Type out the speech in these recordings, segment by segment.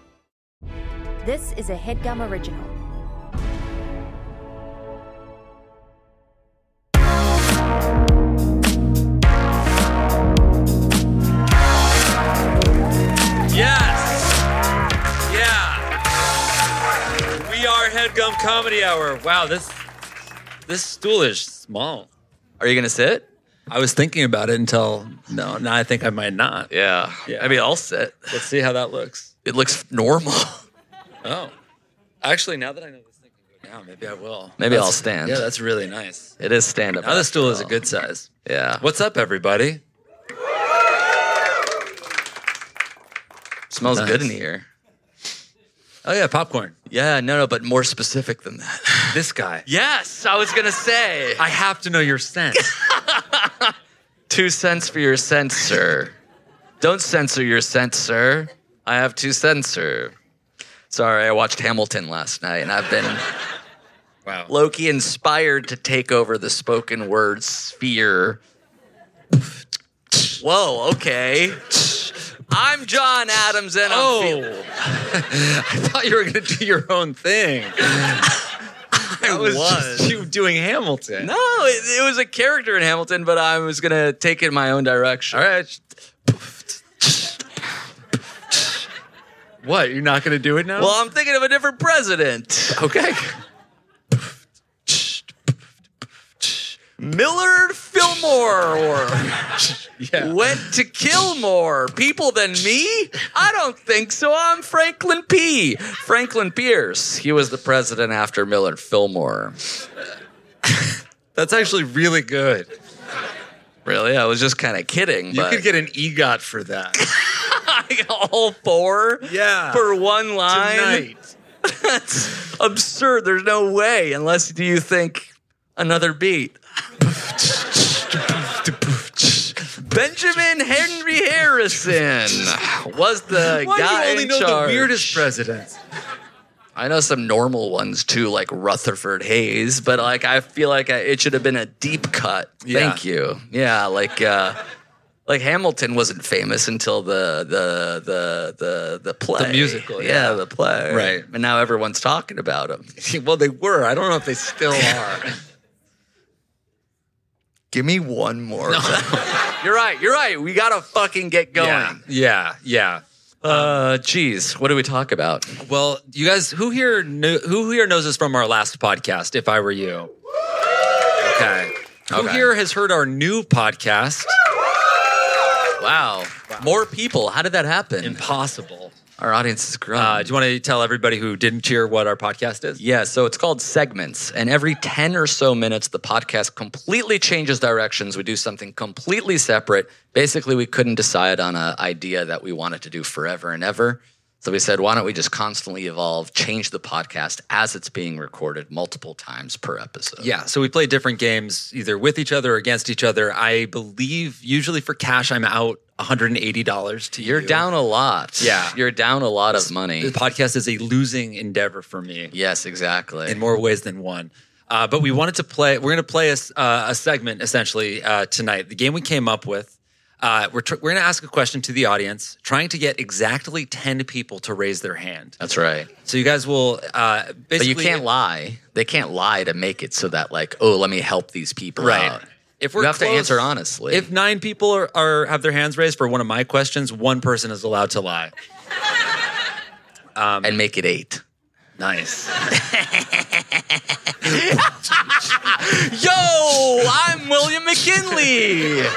This is a headgum original. Yes! Yeah! We are Headgum Comedy Hour. Wow, this this stool is small. Are you gonna sit? I was thinking about it until no, now I think I might not. Yeah. Yeah. I mean, I'll sit. Let's see how that looks. It looks normal. Oh. Actually, now that I know this thing can go down, maybe I will. Maybe That's- I'll stand. Yeah, that's really nice. It is stand up. Now this stool is a good size. Yeah. What's up, everybody? smells Nice. good in here? Oh yeah, popcorn. Yeah. No, no, but more specific than that. This guy. yes, I was gonna say I have to know your scent. two cents for your cents, sir. Don't censor your cents, sir. I have two cents, sir. Sorry, I watched Hamilton last night, and I've been wow. Loki inspired to take over the spoken word sphere. Whoa, okay. I'm John Adams, and I'm feeling- Oh, I thought you were gonna do your own thing. I was, was. just you doing Hamilton. No, it, it was a character in Hamilton, but I was gonna take it in my own direction. All right. What? You're not gonna do it now? Well, I'm thinking of a different president, okay. Millard Fillmore. Yeah. Went to kill more people than me? I don't think so. I'm Franklin P. Franklin Pierce. He was the president after Millard Fillmore. That's actually really good. Really? I was just kind of kidding. You but could get an EGOT for that like all four Yeah. for one line. tonight. That's absurd. There's no way, unless do you think another beat. Benjamin Henry Harrison was the Why guy do you only in know charge. the weirdest presidents? I know some normal ones too, like Rutherford Hayes, but like I feel like I, it should have been a deep cut. Yeah. Thank you. Yeah, like uh, like Hamilton wasn't famous until the the the the the play, musical, Yeah, yeah. the play. Right. and now everyone's talking about him. well, they were. I don't know if they still are. Give me one more. you're right. You're right. We gotta fucking get going. yeah. Yeah. Yeah. Uh, jeez, what do we talk about? Well, you guys, who here knew, who here knows us from our last podcast? If I were you, okay. Who Okay. here has heard our new podcast? Wow. more people. How did that happen? Impossible. Our audience is growing. Uh, do you want to tell everybody who didn't hear what our podcast is? Yeah, so it's called segments. And every 10 or so minutes, the podcast completely changes directions. We do something completely separate. Basically, we couldn't decide on an idea that we wanted to do forever and ever. So we said, why don't we just constantly evolve, change the podcast as it's being recorded multiple times per episode? Yeah, so we play different games either with each other or against each other. I believe usually for cash, I'm out $180 to You're you. down a lot. Yeah. You're down a lot of money. The podcast is a losing endeavor for me. Yes, exactly. in more ways than one. Uh, but we wanted to play. We're going to play a, s- uh, a segment essentially uh, tonight. The game we came up with. Uh, we're tr- we're going to ask a question to the audience, trying to get exactly ten people to raise their hand. That's right. So you guys will uh, basically. But you can't lie. They can't lie to make it so that, like, oh, let me help these people Right. out. If you have to close- answer honestly. If nine people are, are have their hands raised for one of my questions, one person is allowed to lie. Um, and make it eight. Nice. Yo, Oh, I'm William McKinley.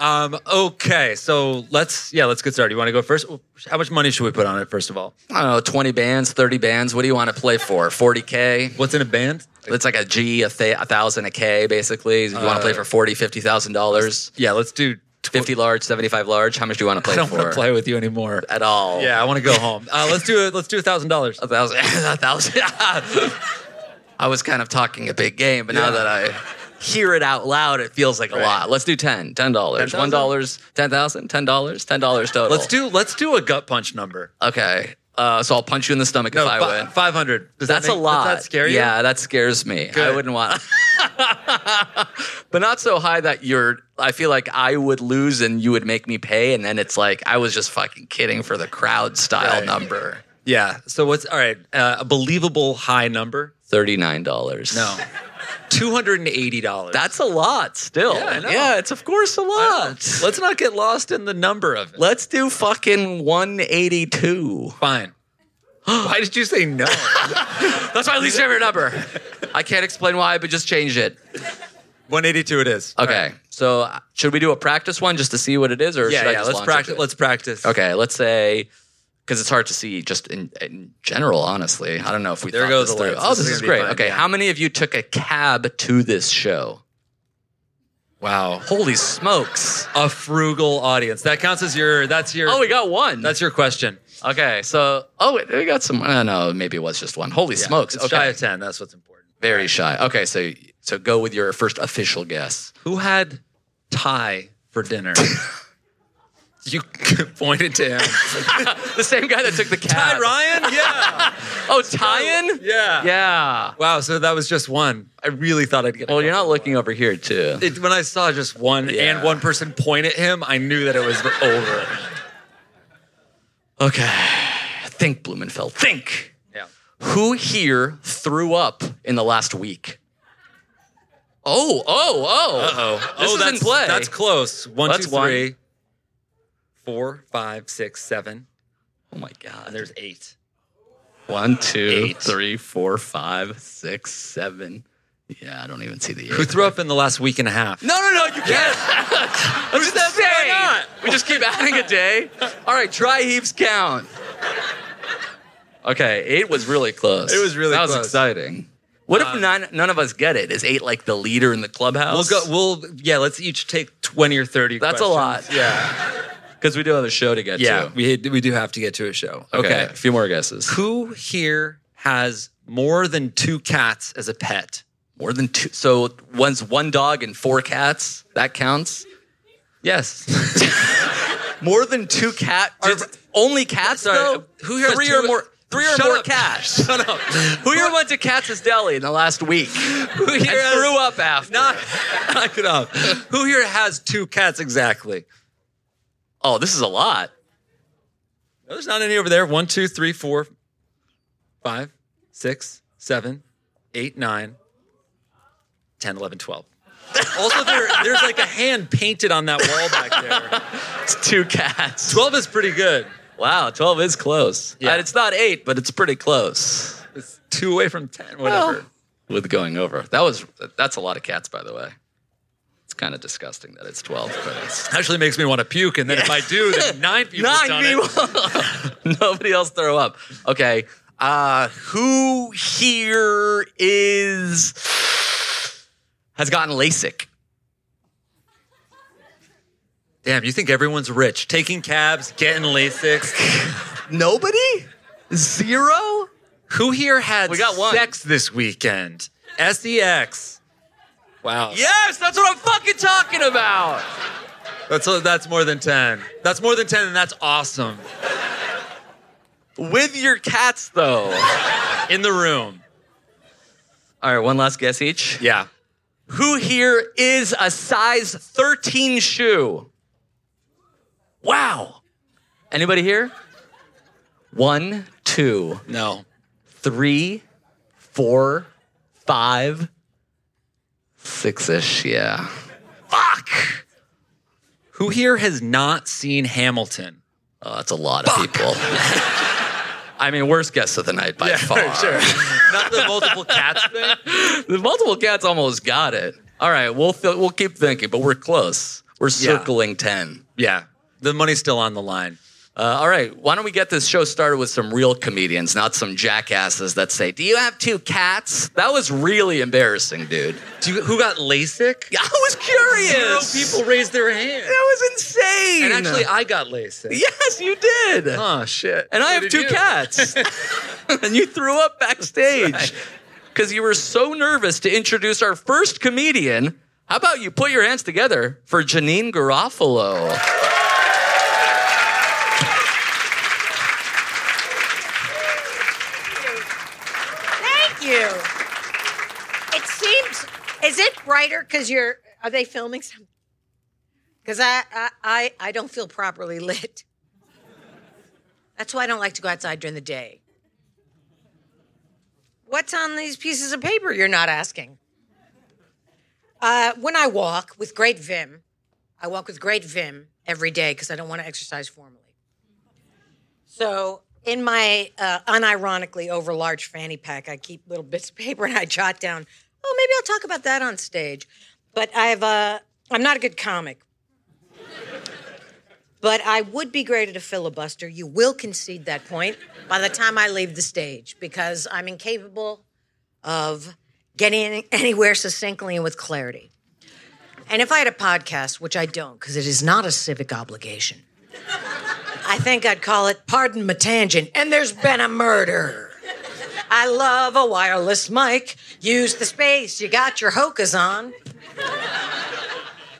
Um, okay, so let's yeah, let's get started. You want to go first? How much money should we put on it? First of all, I don't know, 20 bands, 30 bands. What do you want to play for? 40K? what's in a band? It's like a G, a, th- a thousand, a K, basically. You want to play for 40, 50,000 dollars. Yeah, let's do 50 large, 75 large? How much do you want to I play don't want for? to play with you anymore. at all. Yeah, I want to go home. Uh, let's do it. Let's do a thousand dollars. A thousand. a thousand. I was kind of talking a big game, but now Yeah. that I hear it out loud, it feels like a lot. Let's do 10. $10. $10,000? $1. $10,000. $10. $10 total. Let's do let's do a gut punch number. Okay. Uh, so I'll punch you in the stomach if I win. five hundred. That's a lot. Does that scare you? Yeah, that scares me. I Good. wouldn't want. but not so high that you're. I feel like I would lose and you would make me pay, and then it's like I was just fucking kidding for the crowd style Right. number. Yeah. So what's all right? Uh, a believable high number. Thirty nine dollars. No, two hundred and eighty dollars. that's a lot. Still, Yeah, I know. it's of course a lot. Let's not get lost in the number of it. Let's do fucking one eighty two. Fine. Why did you say no? That's my least favorite number. I can't explain why, but just change it. One eighty two. It is. All Okay. right. So uh, should we do a practice one just to see what it is, or Yeah, should I yeah. just Let's launch practice. into it? Let's practice. Okay, let's say because it's hard to see just in, in general. Honestly, I don't know if we There thought goes this the through. lights. Oh, This this is is gonna be great. fun, okay, yeah. how many of you took a cab to this show? Wow. Holy smokes! A frugal audience. That counts as your. That's your. Oh, we got one. That's your question. okay. So, oh, wait, we got some. Uh, no, maybe it was just one. Holy Yeah. smokes! It's okay, shy of ten. That's what's important. very shy. Okay, so so go with your first official guess. Who had Thai for dinner? you pointed to him. The same guy that took the cab. Ryan? Yeah. Oh, Tyan. Yeah. Yeah. Wow, so that was just one. I really thought I'd get a Well, you're not couple. looking over here too. It, when I saw just one Yeah. and one person point at him, I knew that it was over. Okay. Think, Blumenfeld. Think. Yeah. Who here threw up in the last week? Oh, oh, oh. Oh, This oh, is in that's, play. That's close. One, That's two, one. three, four, five, six, seven. Oh my God. And there's eight. one, two, eight. three, four, five, six, seven. Yeah, I don't even see the eight. Who threw up in the last week and a half? No, no, no, you can't. Who's that Why not? We just keep adding a day. All right, dry heaves count. Okay, eight was really close. It was really that was close. exciting. Uh, What if none, none of us get it? Is eight like the leader in the We'll clubhouse? go. We'll yeah. Let's each take twenty or thirty. That's a lot. questions. Yeah, because we do have a show to get yeah. to. We we do have to get to a show. Okay. a few more guesses. Who here has more than two cats as a pet? More than two. So one's one dog and four cats. That counts. Yes. More than two cat. Are, Did- only cats Sorry, though. who here has Three two- or more. Three or Shut more up. cats. Shut up. Who here went to Katz's Deli in the last week? Who here and has- threw up after? Knock, knock it off. Who here has two cats exactly? Oh, this is a lot. No, there's not any over there. One, two, three, four, five, six, seven, eight, nine, 10, 11, 12. Also, there, there's like a hand painted on that wall back there. It's two cats. 12 is pretty good. Wow, twelve is close. Yeah. And it's not eight, but it's pretty close. It's two away from 10, whatever. With going over, that was that's a lot of cats, by the way. It's kind of disgusting that it's twelve, but it's Actually makes me want to puke. And then if I do, then nine people have done it. people. Nobody else throw up. Okay. Uh who here is has gotten LASIK? Damn, you think everyone's rich? Taking cabs, getting LASIK. Nobody? Zero? Who here had We got one. sex this weekend? SEX. Wow. E Yes, that's what I'm fucking talking about. That's that's more than 10. That's more than 10 and that's awesome. With your cats though. In the room. All right, one last guess each. Yeah. Who here is a size 13 shoe? Wow. Anybody here? One, two, No. three, four, five, six ish. Yeah. Fuck. Who here has not seen Hamilton? Oh, that's a lot of people. I mean, worst guess of the night by far. not the multiple cats thing. The multiple cats almost got it. All right, we'll fi- we'll keep thinking, but we're close. We're Yeah. circling ten. Yeah. The money's still on the line. Uh, all right, why don't we get this show started with some real comedians, not some jackasses that say, "Do you have two cats?" That was really embarrassing, dude. Do you, who got LASIK? I was curious. Zero people raised their hand. That was insane. And actually, I got LASIK. yes, you did. Oh shit! And I So have did two you. cats. and you threw up backstage because you were so nervous to introduce our first comedian. How about you put your hands together for Janine Garofalo? Thank you. It seems. Is it brighter because you're? Are they filming something? Because I, I, I, I don't feel properly lit. That's why I don't like to go outside during the day. What's on these pieces of paper? You're not asking. Uh, when I walk with great vim, I walk with great vim every day because I don't want to exercise formally. So in my uh, unironically overlarge fanny pack, I keep little bits of paper and I jot down. Oh, maybe I'll talk about that on stage. But I've uh, I'm not a good comic. But I would be great at a filibuster. You will concede that point by the time I leave the stage because I'm incapable of getting anywhere succinctly and with clarity. And if I had a podcast, which I don't because it is not a civic obligation, I think I'd call it Pardon my tangent, and there's been a murder. I love a wireless mic. Use the space. You got your hokas on.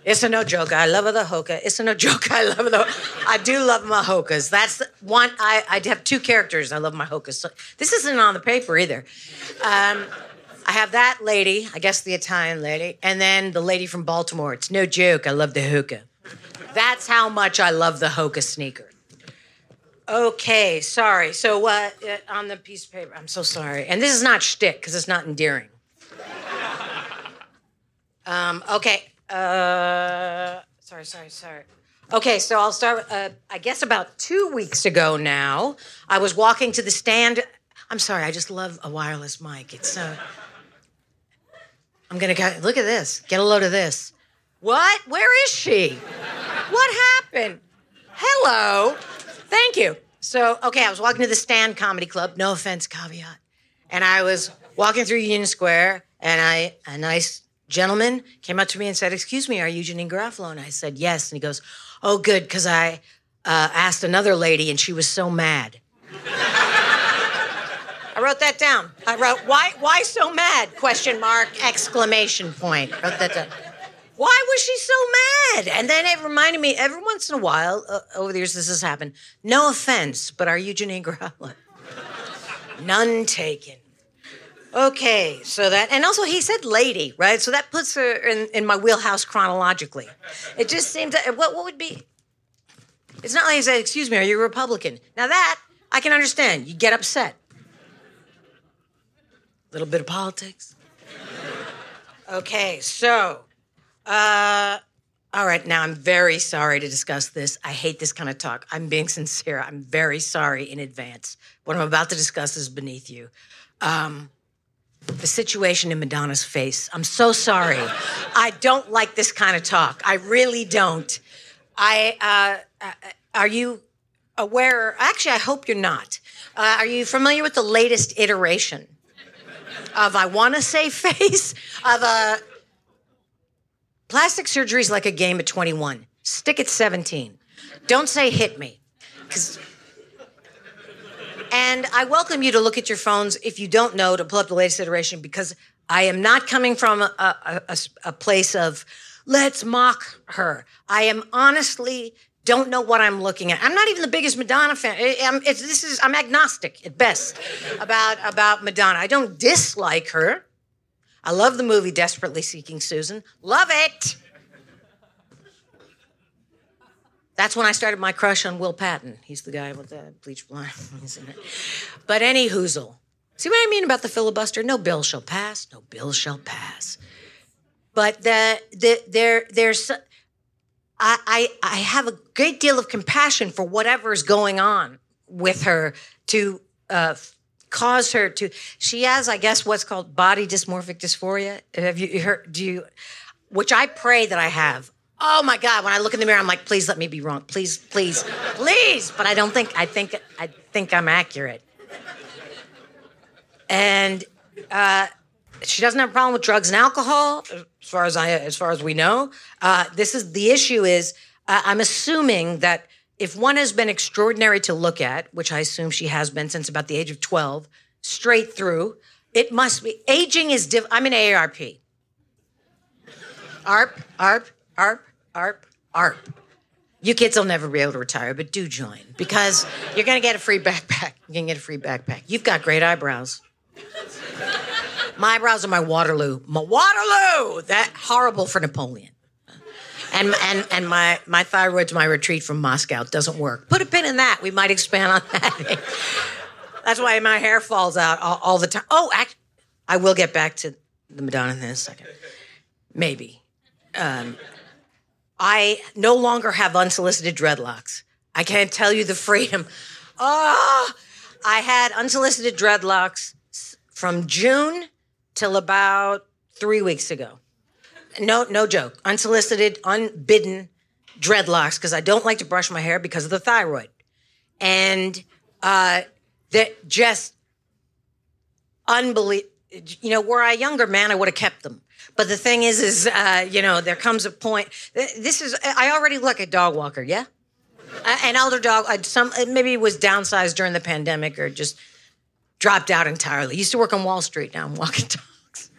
It's a no joke. I love the hoka. It's a no joke. I love the. I do love my hokas. That's the one. I I have two characters. I love my hokas. So this isn't on the paper either. Um, I have that lady. I guess the Italian lady, and then the lady from Baltimore. It's no joke. I love the hookah. That's how much I love the Hoka sneaker. Okay, sorry. So uh, uh, on the piece of paper, I'm so sorry. And this is not shtick because it's not endearing. um, okay. Uh, sorry, sorry, sorry. Okay, so I'll start. Uh, I guess about two weeks ago now, I was walking to the stand. I'm sorry. I just love a wireless mic. It's so. I'm gonna go. Look at this. Get a load of this. What? Where is she? What happened? Hello. Thank you. So, okay, I was walking to the Stand Comedy Club, no offense caveat. And I was walking through Union Square, and I a nice gentleman came up to me and said, Excuse me, are you Janine Garofalo? And I said, Yes. And he goes, Oh, good, because I uh, asked another lady, and she was so mad. I wrote that down. I wrote, why, why so mad? Question mark, exclamation point. Wrote that down why was she so mad? And then it reminded me every once in a while, uh, over the years, this has happened. No offense, but are you Janine Garofalo? None taken. Okay, so that, and also he said lady, right? So that puts her in, in my wheelhouse chronologically. It just seems that, what, what would be, it's not like he said, excuse me, are you a Republican? Now that, I can understand. You get upset. Little bit of politics. Okay, so uh, all right. Now I'm very sorry to discuss this. I hate this kind of talk. I'm being sincere. I'm very sorry in advance. What I'm about to discuss is beneath you. Um, the situation in Madonna's face. I'm so sorry. I don't like this kind of talk. I really don't. I uh, uh, are you aware? Actually, I hope you're not. Uh, are you familiar with the latest iteration of I want to say face of a Plastic surgery is like a game at 21. Stick at 17. Don't say hit me. 'cause- And I welcome you to look at your phones if you don't know to pull up the latest iteration because I am not coming from a, a- a s- a place of let's mock her. I am honestly don't know what I'm looking at. I'm not even the biggest Madonna fan. I- I'm, it's, this is I'm agnostic at best about about Madonna. I don't dislike her. I love the movie Desperately Seeking Susan. Love it. That's when I started my crush on Will Patton. He's the guy with the bleach blonde. He's in it. But any hoozle. See what I mean about the filibuster? No bill shall pass. No bill shall pass. But the, the there there's I, I I have a great deal of compassion for whatever is going on with her to uh, f- cause her to. She has, I guess, what's called body dysmorphic dysphoria. Have you heard? Do you? Which I pray that I have. Oh my God! When I look in the mirror, I'm like, please let me be wrong. Please, please, please. But I don't think I think I think I'm accurate. And uh, she doesn't have a problem with drugs and alcohol, as far as I as far as we know. Uh, this is the issue. Is uh, I'm assuming that if one has been extraordinary to look at, which I assume she has been since about the age of 12, straight through, it must be aging is. Div- I'm an AARP. ARP, ARP, ARP, ARP, ARP. You kids will never be able to retire, but do join because you're going to get a free backpack. You're going to get a free backpack. You've got great eyebrows. My eyebrows are my Waterloo. My Waterloo! That horrible for Napoleon. And, and, and my, my thyroid's my retreat from Moscow. It doesn't work. Put a pin in that. We might expand on that. That's why my hair falls out all, all the time. Oh, act- I will get back to the Madonna thing in a second. Maybe. Um, I no longer have unsolicited dreadlocks. I can't tell you the freedom. Oh, I had unsolicited dreadlocks s- from June till about three weeks ago. No, no joke. Unsolicited, unbidden dreadlocks because I don't like to brush my hair because of the thyroid, and uh, that just unbelievable. You know, were I a younger man, I would have kept them. But the thing is, is uh, you know, there comes a point. th- This is I already look a dog walker, yeah, Uh, an elder dog. uh, Some uh, maybe was downsized during the pandemic or just dropped out entirely. Used to work on Wall Street. Now I'm walking dogs.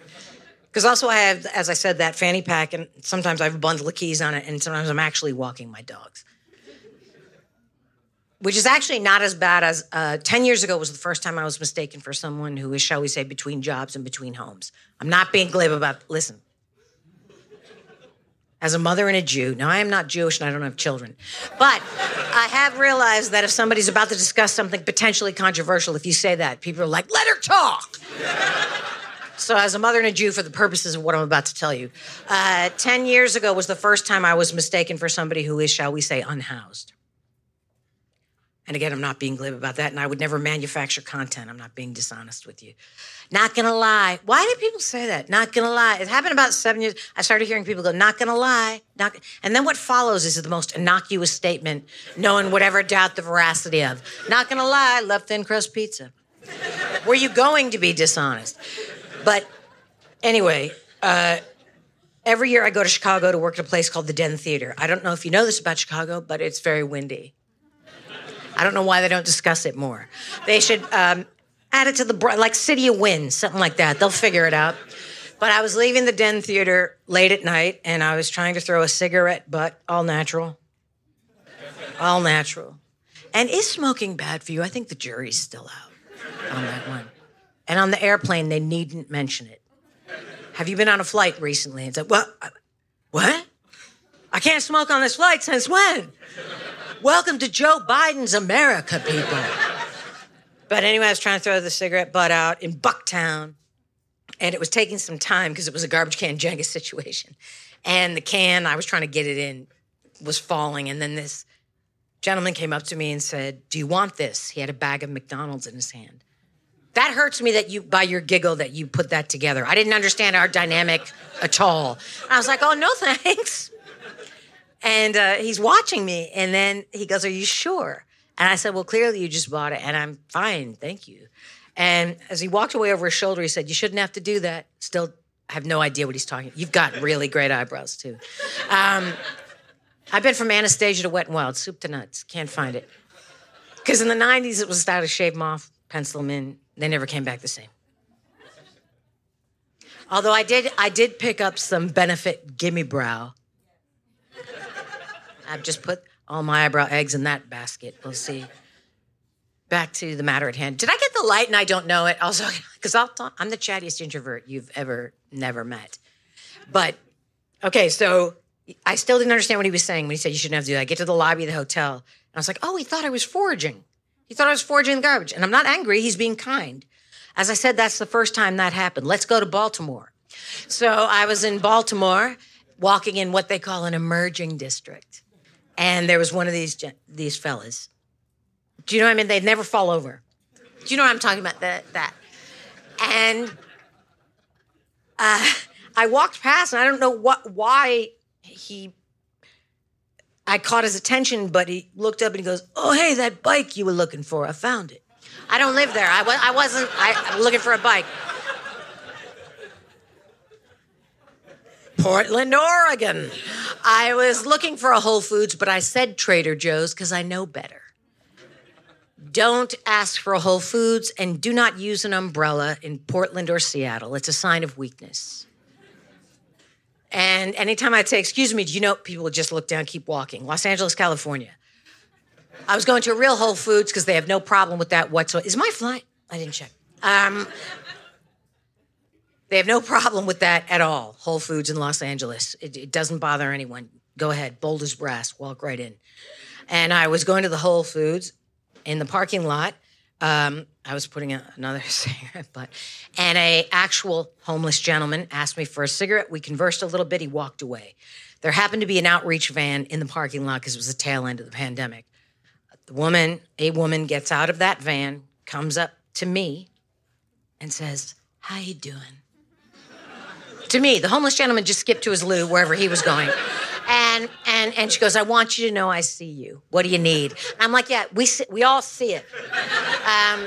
Because also I have, as I said, that fanny pack, and sometimes I have a bundle of keys on it, and sometimes I'm actually walking my dogs which is actually not as bad as uh, 10 years ago was the first time I was mistaken for someone who is, shall we say, between jobs and between homes. I'm not being glib about, listen. As a mother and a Jew, now I am not Jewish and I don't have children, but I have realized that if somebody's about to discuss something potentially controversial, if you say that, people are like, let her talk. So, as a mother and a Jew, for the purposes of what I'm about to tell you, uh, 10 years ago was the first time I was mistaken for somebody who is, shall we say, unhoused. And again, I'm not being glib about that, and I would never manufacture content. I'm not being dishonest with you. Not gonna lie. Why do people say that? Not gonna lie. It happened about seven years. I started hearing people go, "Not gonna lie." Not, and then what follows is the most innocuous statement no one would ever doubt the veracity of. Not gonna lie. Love thin crust pizza. Were you going to be dishonest? But anyway, uh, every year I go to Chicago to work at a place called the Den Theater. I don't know if you know this about Chicago, but it's very windy. I don't know why they don't discuss it more. They should um, add it to the bro- like City of Wind, something like that. They'll figure it out. But I was leaving the Den Theater late at night, and I was trying to throw a cigarette butt, all natural, all natural. And is smoking bad for you? I think the jury's still out on that one. And on the airplane, they needn't mention it. Have you been on a flight recently? It's like, well, I- what? I can't smoke on this flight since when? Welcome to Joe Biden's America, people. but anyway, I was trying to throw the cigarette butt out in Bucktown, and it was taking some time because it was a garbage can Jenga situation. And the can, I was trying to get it in, was falling. And then this gentleman came up to me and said, Do you want this? He had a bag of McDonald's in his hand. That hurts me that you, by your giggle, that you put that together. I didn't understand our dynamic at all. And I was like, Oh, no thanks and uh, he's watching me. And then he goes, "Are you sure?" And I said, "Well, clearly you just bought it, and I'm fine, thank you." And as he walked away over his shoulder, he said, "You shouldn't have to do that." Still, have no idea what he's talking. You've got really great eyebrows too. Um, I've been from Anastasia to Wet and Wild, soup to nuts. Can't find it because in the '90s it was style to shave them off, pencil them in. They never came back the same. Although I did, I did pick up some benefit gimme brow. I've just put all my eyebrow eggs in that basket. We'll see. Back to the matter at hand. Did I get the light and I don't know it? Also, because I'll talk, I'm the chattiest introvert you've ever never met. But okay, so I still didn't understand what he was saying when he said you shouldn't have to do that. I get to the lobby of the hotel and I was like, oh, he thought I was foraging. He thought I was foraging the garbage. And I'm not angry. He's being kind. As I said, that's the first time that happened. Let's go to Baltimore. So I was in Baltimore walking in what they call an emerging district and there was one of these gen- these fellas. Do you know what I mean? They'd never fall over. Do you know what I'm talking about? That that. And uh, I walked past, and I don't know what why he I caught his attention, but he looked up and he goes, "Oh, hey, that bike you were looking for, I found it. I don't live there. I, wa- I wasn't. I, I'm looking for a bike." Portland, Oregon. I was looking for a Whole Foods, but I said Trader Joe's because I know better. Don't ask for a Whole Foods and do not use an umbrella in Portland or Seattle. It's a sign of weakness. And anytime I'd say, Excuse me, do you know, people would just look down, keep walking. Los Angeles, California. I was going to a real Whole Foods because they have no problem with that whatsoever. Is my flight? I didn't check. Um, they have no problem with that at all. Whole Foods in Los Angeles. It, it doesn't bother anyone. Go ahead, bold as brass, walk right in. And I was going to the Whole Foods in the parking lot. Um, I was putting out another cigarette butt, and a actual homeless gentleman asked me for a cigarette. We conversed a little bit. He walked away. There happened to be an outreach van in the parking lot because it was the tail end of the pandemic. The woman, a woman, gets out of that van, comes up to me, and says, "How you doing?" to me, the homeless gentleman just skipped to his loo wherever he was going. And and and she goes, I want you to know I see you. What do you need? And I'm like, yeah, we see, we all see it. Um,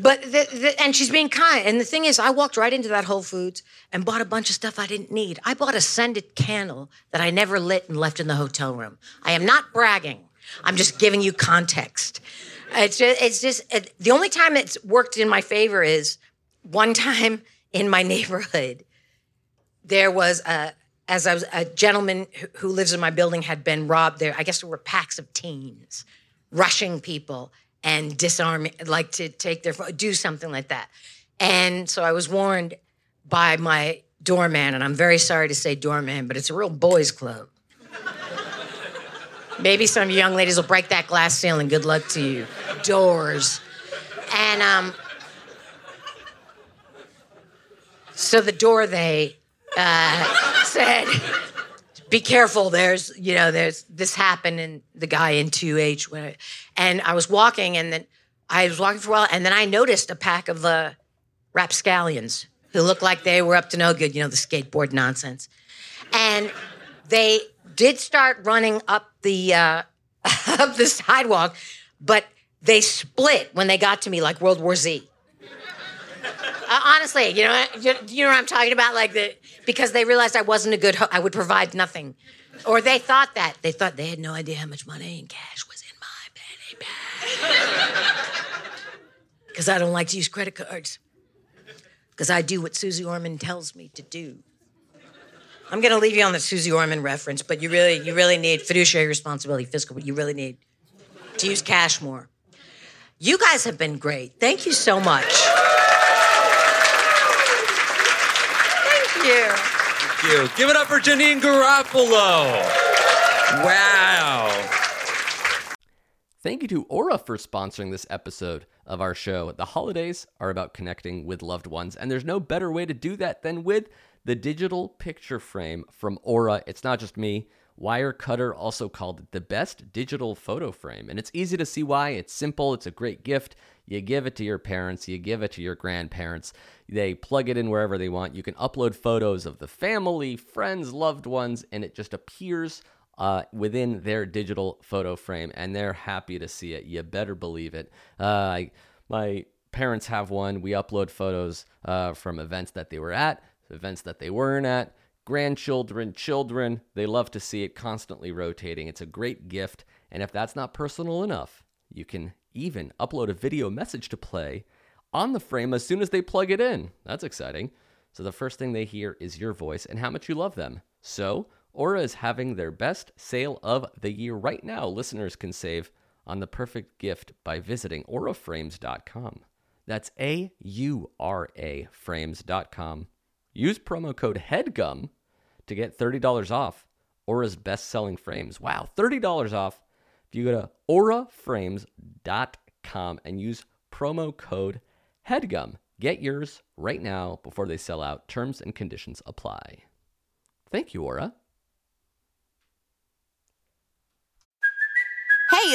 but the, the, and she's being kind. And the thing is, I walked right into that Whole Foods and bought a bunch of stuff I didn't need. I bought a scented candle that I never lit and left in the hotel room. I am not bragging. I'm just giving you context. It's just, it's just it, the only time it's worked in my favor is one time in my neighborhood, there was a as I was a gentleman who- who lives in my building had been robbed. There, I guess there were packs of teens rushing people and disarming, like to take their pho- do something like that. And so I was warned by my doorman, and I'm very sorry to say doorman, but it's a real boys' club. Maybe some young ladies will break that glass ceiling. Good luck to you. Doors. And um, So the door they uh, said, "Be careful. There's you know there's this happened and the guy in 2H." when I- And I was walking, and then I was walking for a while, and then I noticed a pack of uh, rapscallions who looked like they were up to no good. You know the skateboard nonsense, and they did start running up the uh, up the sidewalk, but they split when they got to me like World War Z. Uh, honestly, you know, you, you know what I'm talking about, like the because they realized I wasn't a good, ho- I would provide nothing, or they thought that they thought they had no idea how much money in cash was in my penny bag because I don't like to use credit cards because I do what Susie Orman tells me to do. I'm gonna leave you on the Susie Orman reference, but you really, you really need fiduciary responsibility, fiscal. But you really need to use cash more. You guys have been great. Thank you so much. Thank you. Thank you. Give it up for Janine Garoppolo. Wow. Thank you to Aura for sponsoring this episode of our show. The holidays are about connecting with loved ones, and there's no better way to do that than with the digital picture frame from Aura. It's not just me. Wirecutter also called it the best digital photo frame, and it's easy to see why. It's simple, it's a great gift. You give it to your parents, you give it to your grandparents. They plug it in wherever they want. You can upload photos of the family, friends, loved ones, and it just appears uh, within their digital photo frame, and they're happy to see it. You better believe it. Uh, I, my parents have one. We upload photos uh, from events that they were at, events that they weren't at, grandchildren, children. They love to see it constantly rotating. It's a great gift. And if that's not personal enough, you can even upload a video message to play on the frame as soon as they plug it in. That's exciting. So the first thing they hear is your voice and how much you love them. So, Aura is having their best sale of the year right now. Listeners can save on the perfect gift by visiting auraframes.com. That's A U R A frames.com. Use promo code HEADGUM to get $30 off Aura's best selling frames. Wow, $30 off if you go to auraframes.com and use promo code HEADGUM. Get yours right now before they sell out. Terms and conditions apply. Thank you, Aura. Hey,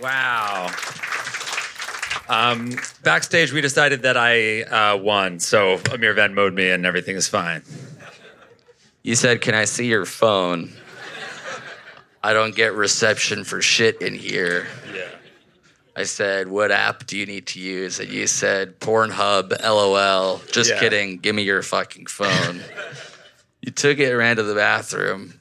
Wow. Um, backstage, we decided that I uh, won, so Amir Venmoed me, and everything is fine. You said, Can I see your phone? I don't get reception for shit in here. Yeah. I said, What app do you need to use? And you said, Pornhub, LOL. Just Yeah. kidding. Give me your fucking phone. you took it, ran to the bathroom.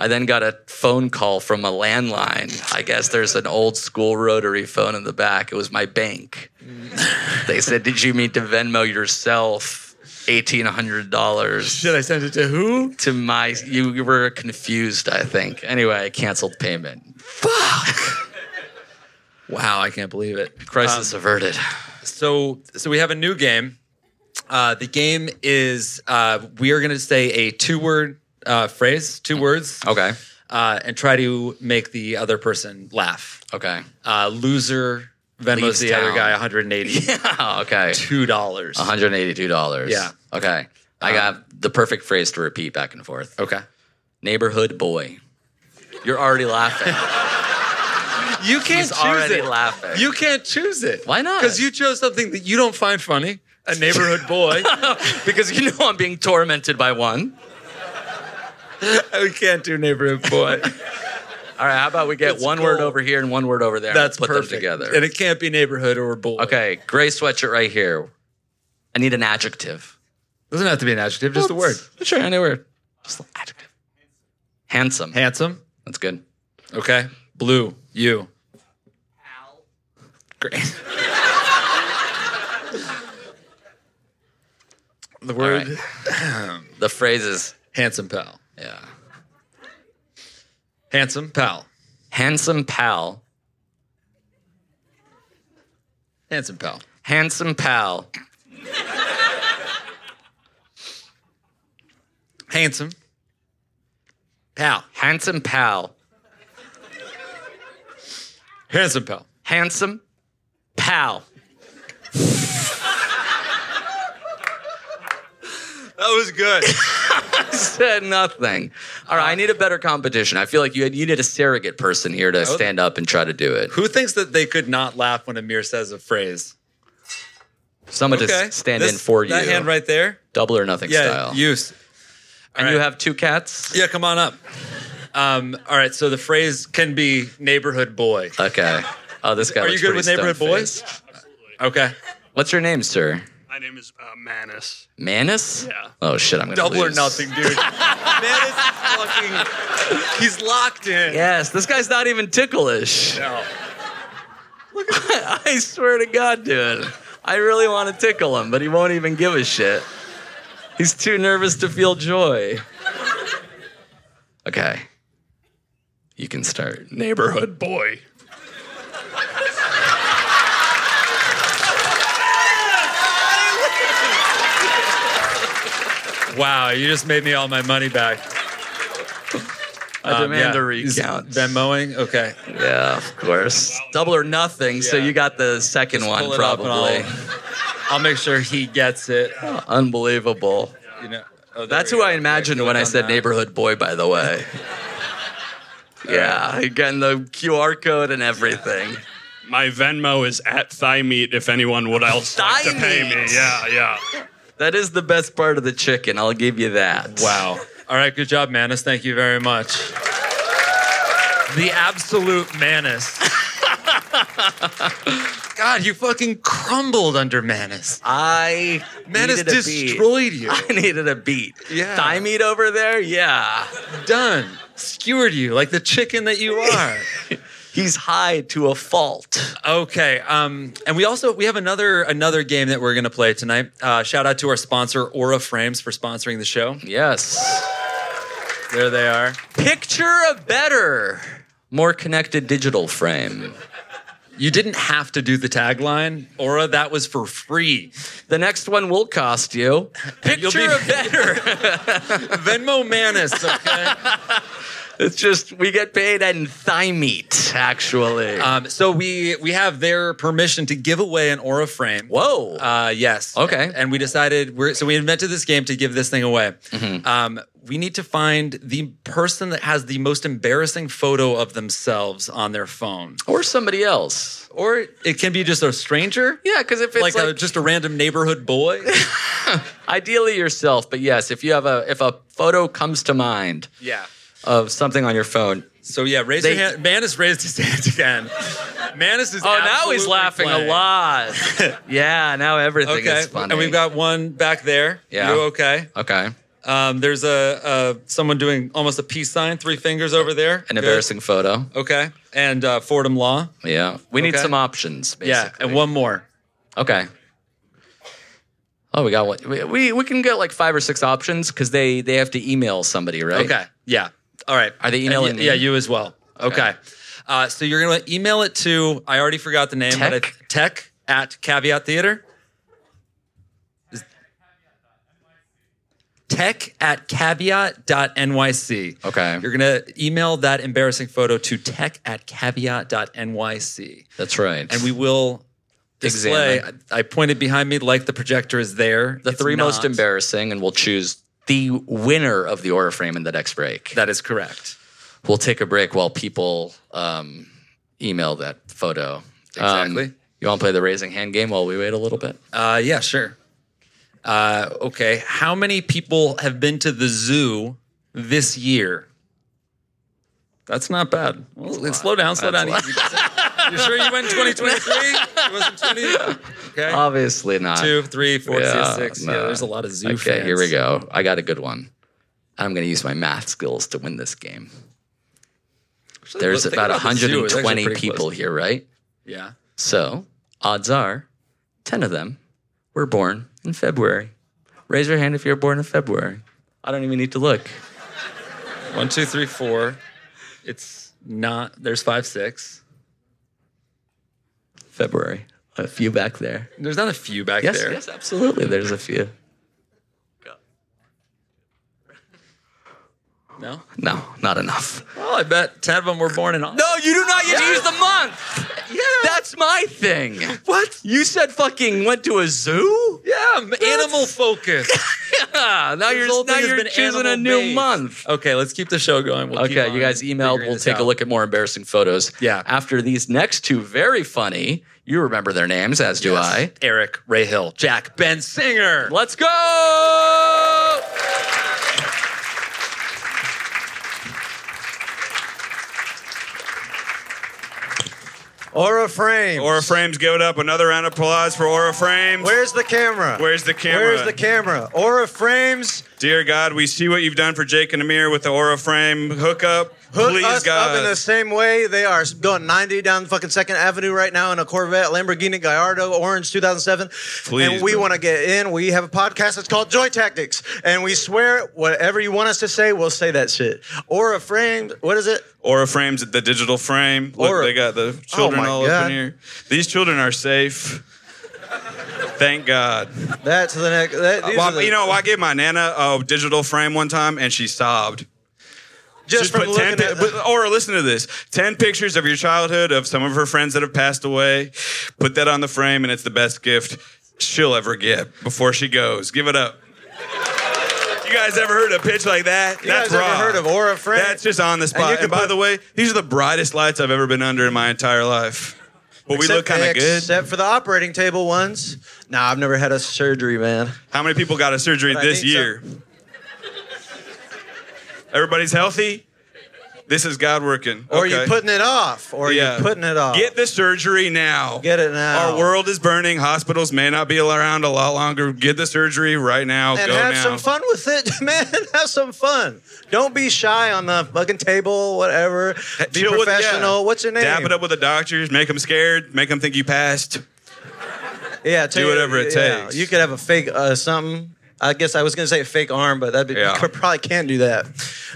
I then got a phone call from a landline. I guess there's an old school rotary phone in the back. It was my bank. Mm. they said, Did you mean to Venmo yourself $1,800? Did I send it to who? to my you you were confused i think anyway I canceled payment fuck wow i can't believe it crisis averted Um, So, so we have a new game. Uh, the game is uh, we are going to say a two-word uh, phrase, two words, okay uh, and try to make the other person laugh. okay Uh, loser Venmos Leaves the other town. guy 182 oh, okay dollars. $182 Yeah. Um, okay i got the perfect phrase to repeat back and forth Okay. neighborhood boy you're already laughing You can't He's choose already it. laughing. You can't choose it. Why not? Because you chose something that you don't find funny. A neighborhood boy. because you know i'm being tormented by one we can't do neighborhood boy. all right how about we get It's one word gold. over here and one word over there and That's put perfect. them together And it can't be neighborhood or boy. okay gray sweatshirt right here i need an adjective Doesn't have to be an adjective, just a word. Sure, any word. Just adjective. Handsome. Handsome. That's good. Okay. Blue. You. Great. The word All right. The phrase is handsome pal. yeah. Handsome pal. Handsome pal. Handsome pal. Handsome pal. Handsome. Pal. Handsome pal. Handsome pal. Handsome pal. That was good. Said nothing. All right, I need a better competition. I feel like you had you need a surrogate person here to stand up and try to do it. Who thinks that they could not laugh when Amir says a phrase? Someone Okay. to stand This- in for you. That hand right there. Double or nothing Yeah. style. Use. and right. you have two cats? Yeah, come on up. Um, all right, so the phrase can be neighborhood boy. Okay. Oh, this guy Are you looks good pretty with neighborhood boys? stone-faced. Okay. What's your name, sir? My name is uh, Manus. Manus? Yeah. Oh shit, I'm gonna Double or lose. nothing, dude. Man is fucking he's locked in. Yes, this guy's not even ticklish. No. I swear to God, dude. I really want to tickle him, but he won't even give a shit. He's too nervous to feel joy. Okay. You can start. Neighborhood boy. Wow, you just made me all my money back. I Um, demand yeah. a Is recount. Venmoing? Okay. yeah, of course. Double or nothing, so Yeah. you got the second Just one pull it up and probably. I'll, I'll make sure he gets it. Oh, Unbelievable. You know, oh, there That's we who go. I imagined Okay, when I click on said that. neighborhood boy, by the way. yeah, getting the QR code and everything. My Venmo is at thigh meat. If anyone would else like to Thigh pay me, meat. yeah, yeah. That is the best part of the chicken, I'll give you that. Wow. All right, good job, Manus. Thank you very much. The absolute Manus. God, you fucking crumbled under Manus. I Manus needed a destroyed you. Beat. I needed a beat. Yeah. Thigh meat over there? Yeah. Done. Skewered you like the chicken that you are. He's high to a fault. okay. Um, and we also we have another another game that we're gonna play tonight. Uh, shout out to our sponsor, Aura Frames, for sponsoring the show. Yes. There they are. Picture a better. more connected digital frame. You didn't have to do the tagline, Aura. That was for free. The next one will cost you. Picture be- a better Venmo Manus. Okay. It's just we get paid in thigh meat, actually. Um, so we we have their permission to give away an Aura frame. Whoa. Uh, yes. Okay. And we decided we're so we invented this game to give this thing away. Mm-hmm. Um, we need to find the person that has the most embarrassing photo of themselves on their phone, or somebody else. or it can be just a stranger. Yeah, because if it's Like, like, a, just a random neighborhood boy. ideally yourself, but yes, if you have a if a photo comes to mind yeah. of something on your phone. So yeah, raise They- your hand. Manus raised his hand again. Manus is. Oh, now he's absolutely laughing playing. a lot. yeah, now everything Okay, is funny. and we've got one back there. Yeah. You okay? okay Um, there's a, a someone doing almost a peace sign, three fingers over there. an Good. embarrassing photo. Okay, and uh, Fordham Law. Yeah, we need Okay. some options. Basically. Yeah, and one more. Okay. Oh, we got one. We, we we can get like five or six options because they they have to email somebody, right? Okay. Yeah. All right. Are they And emailing y- me? Yeah, you as well. Okay. Uh, so you're gonna email it to. I already forgot the name, but Tech? it's tech at Caveat Theater. Is- Tech at caveat.nyc. Okay. You're going to email that embarrassing photo to tech at caveat.nyc. That's right. And we will display. Examine. I, I pointed behind me like the projector is there. the It's three most not. embarrassing, and we'll choose the winner of the order frame in the next break. That is correct. we'll take a break while people um, email that photo. Um, Exactly. you want to play the raising hand game while we wait a little bit? Uh, yeah, sure. Uh, okay. How many people have been to the zoo this year? That's not bad. Well, slow down, slow down. You sure you went 2023? It wasn't 20? Okay. Obviously not. Two, three, four, Yeah, six, six. Yeah, no. there's a lot of zoo Okay, fans. here we go. I got a good one. I'm going to use my math skills to win this game. Actually, There's think about the zoo, it's actually 120 pretty close. people here, right? Yeah. So, odds are 10 of them were born in February. Raise your hand if you're born in February. I don't even need to look. One, two, three, four. It's not. There's five, six. February. A few back there. There's not a few back Yes, there. yes, absolutely. There's a few. No. No, not enough. Well, Oh, I bet ten of them were born in August. No, you do not get to use the month. Yeah. That's my thing. What? You said fucking went to a zoo? Yeah, I'm animal focused. Yeah, ah, now This you're, whole now thing has you're been choosing a animal new based. month. Okay, let's keep the show going. We'll keep Okay, on you guys emailed. figuring We'll this take out. a look at more embarrassing photos. Yeah. After these next two, very funny. You remember their names, as do I. Eric Ray Hill, Jack Ben Singer. Let's go! Aura Frames. Aura Frames, give it up. Another round of applause for Aura Frames. Where's the camera? Where's the camera? Where's the camera? Aura Frames. Dear God, we see what you've done for Jake and Amir with the Aura Frame hookup. Hook Please, us God. up in the same way. They are going 90 down fucking Second Avenue right now in a Corvette, Lamborghini Gallardo, orange 2007. and we bro. want to get in. We have a podcast that's called Joy Tactics, and we swear whatever you want us to say, we'll say that shit. Aura Frames. What is it? Aura Frames at the digital frame. Look, Aura- Oh they got the children my all up God. in here. These children are safe. Thank God. That's the next. That, these are Well, the- you know, I gave my nana a digital frame one time, and she sobbed. just, from put ten. looking at. pi- but- or listen to this: ten pictures of your childhood of some of her friends that have passed away. Put that on the frame, and it's the best gift she'll ever get before she goes. Give it up. You guys ever heard a pitch like that? You guys ever heard of Aura Frame? That's just on the spot. you And, can by put- the way, these are the brightest lights I've ever been under in my entire life. But we look Except- kind of good. Except for the operating table ones. Nah, I've never had a surgery, man. How many people got a surgery But I this need some- year? Everybody's healthy. This is God working. Or Okay. you're putting it off. Or Yeah. you're putting it off. Get the surgery now. Get it now. Our world is burning. Hospitals may not be around a lot longer. Get the surgery right now. and Go have now. some fun with it, man. have some fun. Don't be shy on the fucking table, whatever. Be Deal with- yeah. professional. What's your name? Dap it up with the doctors. Make them scared. Make them think you passed. Yeah, take- whatever it yeah. takes. You could have a fake uh, something. I guess I was gonna say a fake arm, but that'd be, Yeah. you could- probably can't do that.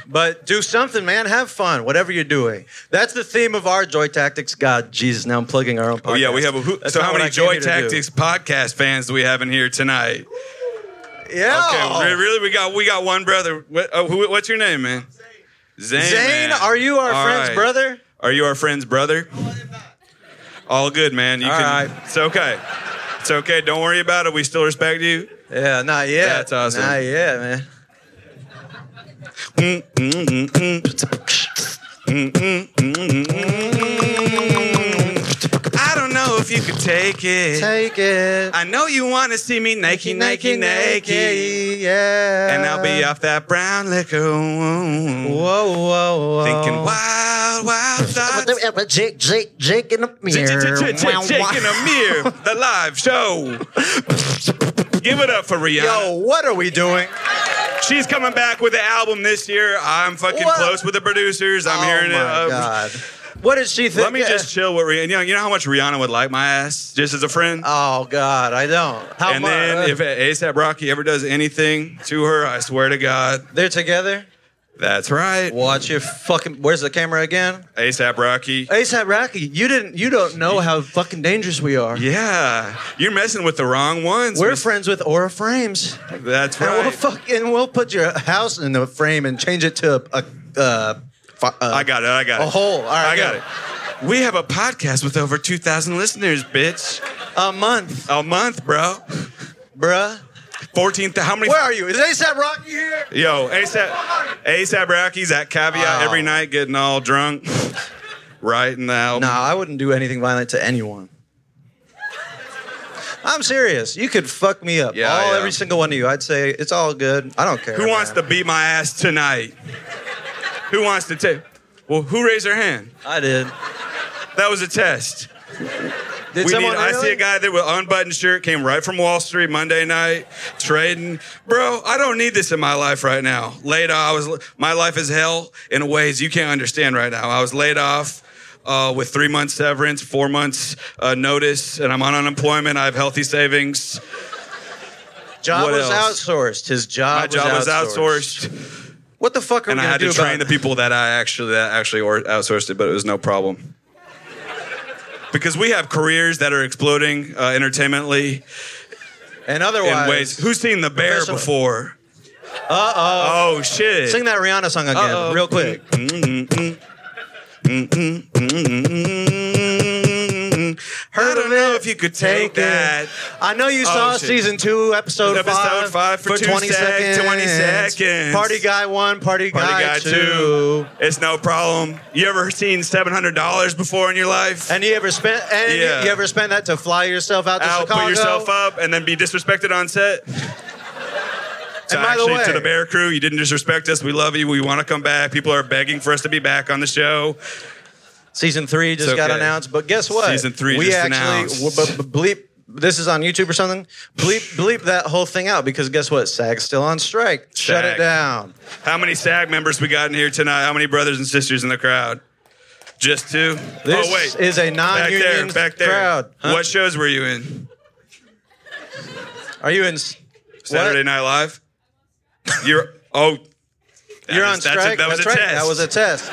But do something, man. Have fun, whatever you're doing. That's the theme of our Joy Tactics. God, Jesus, now I'm plugging our own podcast. Oh yeah, we have a who, That's so not how what I many came Joy here to do. Tactics podcast fans do we have in here tonight? Yeah. Okay, re- really, we got we got one brother. What, oh, who, what's your name, man? Zane. Zane, man. are you our All friend's right. brother? Are you our friend's brother? No, I am not. All good, man. You All can. right. It's okay. It's okay. Don't worry about it. We still respect you. Yeah, not yet. That's awesome. Mm, Not yet, man. mm, I don't know if you could take it. Take it. I know you want to see me naked, naked, naked. Yeah. And I'll be off that brown liquor. Whoa. Whoa, whoa, whoa. Thinking wild, wild thoughts. Jake, Jake, Jake in the J- j- mirror. j- j- Jake and Amir, the live show. Give it up for Yo, Rihanna. what are we doing? She's coming back with the album this year. I'm fucking What? close with the producers. I'm oh hearing my it. Uh, God. What did she think? Let me just chill with Rihanna. You know, you know how much Rihanna would like my ass just as a friend? Oh God, I don't. How and much? then if ASAP Rocky ever does anything to her, I swear to God, they're together, that's right. watch your fucking. Where's the camera again? ASAP Rocky. ASAP Rocky, you didn't. You don't know how fucking dangerous we are. Yeah, you're messing with the wrong ones. We're miss- friends with Aura Frames, That's and we'll right. fucking we'll put your house in the frame and change it to a. a uh, fi- uh, I got it. I got a it. hole. All right, I got go. it. We have a podcast with over 2,000 listeners, bitch. a month, A month, bro. bruh. 14, how many? Where are you? Is ASAP Rocky here? Yo, ASAP, ASAP Rocky's at Caveat Wow. every night getting all drunk. right now. No, I wouldn't do anything violent to anyone. I'm serious. You could fuck me up. Yeah, all yeah. every single one of you. I'd say it's all good. I don't care. Who wants to man. beat my ass tonight? who wants to take? Well, who raised their hand? I did. That was a test. Did We need, someone I really? see a guy there with unbuttoned shirt, came right from Wall Street Monday night, trading. Bro, I don't need this in my life right now. Laid off. I was my life is hell in ways you can't understand right now. I was laid off. Uh, with three months severance, four months uh, notice, and I'm on unemployment. I have healthy savings. Job What was else? outsourced. His My job. job was was outsourced, What the fuck are and we I gonna had to do train about the people that I actually that actually or- outsourced it, but it was no problem. Because we have careers that are exploding uh, entertainmently, And in otherwise, ways. Who's seen the bear Professional. before? Uh oh. Oh shit. sing that Rihanna song again, Uh-oh. Mm-hmm, real quick. mm-hmm, I don't know if you could take that. I know you saw Oh, shit. season two, episode, Episode five, five for two sec- 20 seconds. Party guy one, party, Party guy two. too. It's no problem. You ever seen seven hundred dollars before in your life? And you ever spent? And you- Yeah. you ever spend that to fly yourself out to Out, Chicago? put yourself up, and then be disrespected on set. So by the actually, way- to the Bear Crew, you didn't disrespect us. We love you. We want to come back. People are begging for us to be back on the show. Season three just It's got okay. announced, but guess what? Season three we just actually announced. w- b- b- bleep. This is on YouTube or something. Bleep bleep that whole thing out because guess what? SAG's still on strike. Shut it SAG. down. How many SAG members we got in here tonight? How many brothers and sisters in the crowd? Just two. This oh wait, is a back there, non-union back there. crowd. Huh? What shows were you in? Are you in? s- Saturday what? Night Live. You're oh. that You're is- on that's a- strike. that was That's a right. test. That was a test.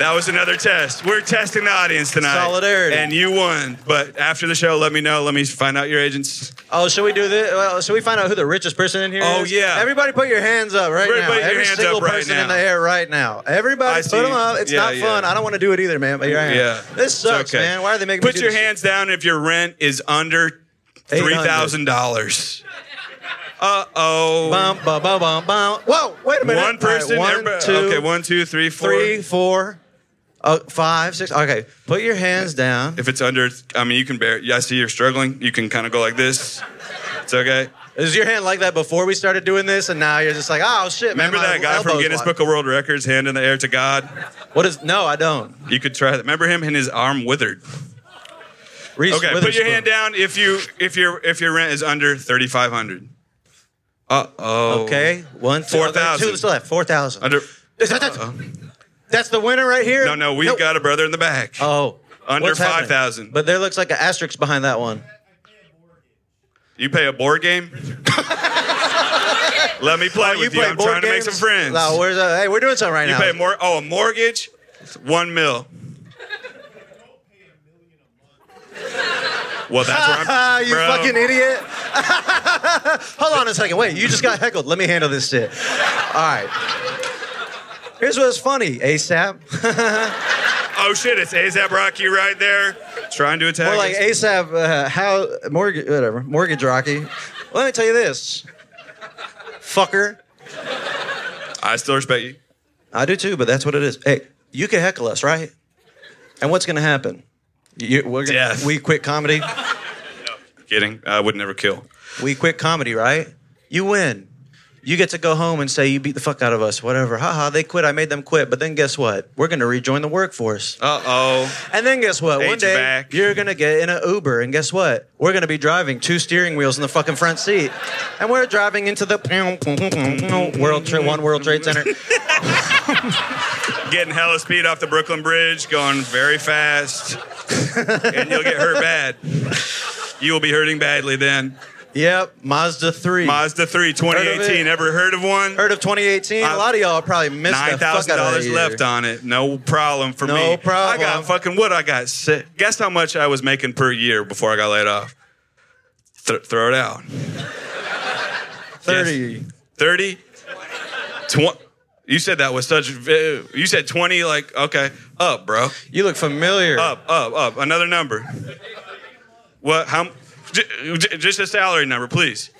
That was another test. We're testing the audience tonight. Solidarity. And you won. But after the show, let me know. Let me find out your agents. Oh, should we do this? Well, should we find out who the richest person in here Oh, is? yeah. Everybody put your hands up right Everybody now. put your Every hands single up right person in now. the air right now. Everybody I put see. them up. It's Yeah, not yeah. fun. I don't want to do it either, man. But your hand. Yeah. This It's sucks, okay. man. Why are they making me Put do your this hands down if your rent is under three thousand dollars. Uh oh. Bum, bum, bum, bum, bum. Whoa, wait a minute. One person. All right, one, everybody- two, okay, one, two, three, four. three, four, uh, five, six. Okay, put your hands down. If it's under, I mean, you can bear. I see you're struggling. You can kind of go like this. It's okay. Is your hand like that before we started doing this, and now you're just like, oh shit, Remember man. my that guy from elbow's Guinness locked. Book of World Records, hand in the air to God? What is? No, I don't. You could try that. Remember him and his arm withered. Reese Okay, put your Witherspoon. hand down if you if your if your rent is under thirty five hundred. Uh oh. Okay, one, two, Four oh, there are Two thousand. that's left. Four thousand. Under. Is that- that's, that's the winner right here. No, no, we've got a brother in the back. Oh, Under what's happening? 5,000. But there looks like an asterisk behind that one. You pay a board game. Let me Oh, play with you. I'm trying to make some friends. No, where's uh, hey, we're doing something right you now. pay more. Oh, a mortgage, one mil. Well, that's where Ah, I'm. you bro. fucking idiot. Hold on a second. Wait, you just got heckled. Let me handle this shit. All right. Here's what's funny, ASAP. Oh shit! It's ASAP Rocky right there, trying to attack. More like us. ASAP, uh, how, mortgage, whatever, mortgage Rocky. Let me tell you this, fucker. I still respect you. I do too, but that's what it is. Hey, you can heckle us, right? And what's gonna happen? You, we're gonna, Death. We quit comedy. Kidding. I would never kill. We quit comedy, right? You win. You get to go home and say you beat the fuck out of us, whatever. Haha, they quit. I made them quit. But then guess what? We're gonna rejoin the workforce. Uh oh. And then guess what? Page One day back. you're gonna get in an Uber, and guess what? We're gonna be driving two steering wheels in the fucking front seat, and we're driving into the World Trade One World Trade Center. Getting hella speed off the Brooklyn Bridge, going very fast, and you'll get hurt bad. You will be hurting badly then. Yep, Mazda three. Mazda 3 2018. it? Ever heard of one? Heard of 2018? I- a lot of y'all probably missed Nine the fuck thousand out of that dollars year. left on it. No problem for No me. I problem. got fucking what I got. si- Guess how much I was making per year before I got laid off. Th- throw it out. 30. Thirty. Twenty. You said that was such. vi- You said twenty. Like okay, up, bro. You look familiar. Up, up, up. Another number. What? How? m- j- j- Just a salary number, please.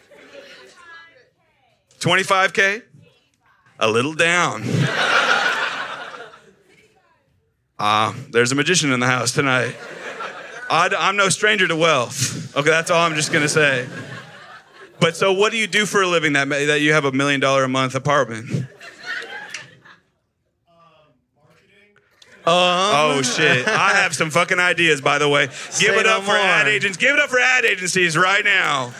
Twenty-five k. A little down. Ah, Ah, there's a magician in the house tonight. I'd, I'm no stranger to wealth. Okay, that's all I'm just gonna say. But so, what do you do for a living that ma- that you have a million dollar a month apartment? Oh shit! I have some fucking ideas, by the way. Give it no up for more. ad agents. Give it up for ad agencies right now.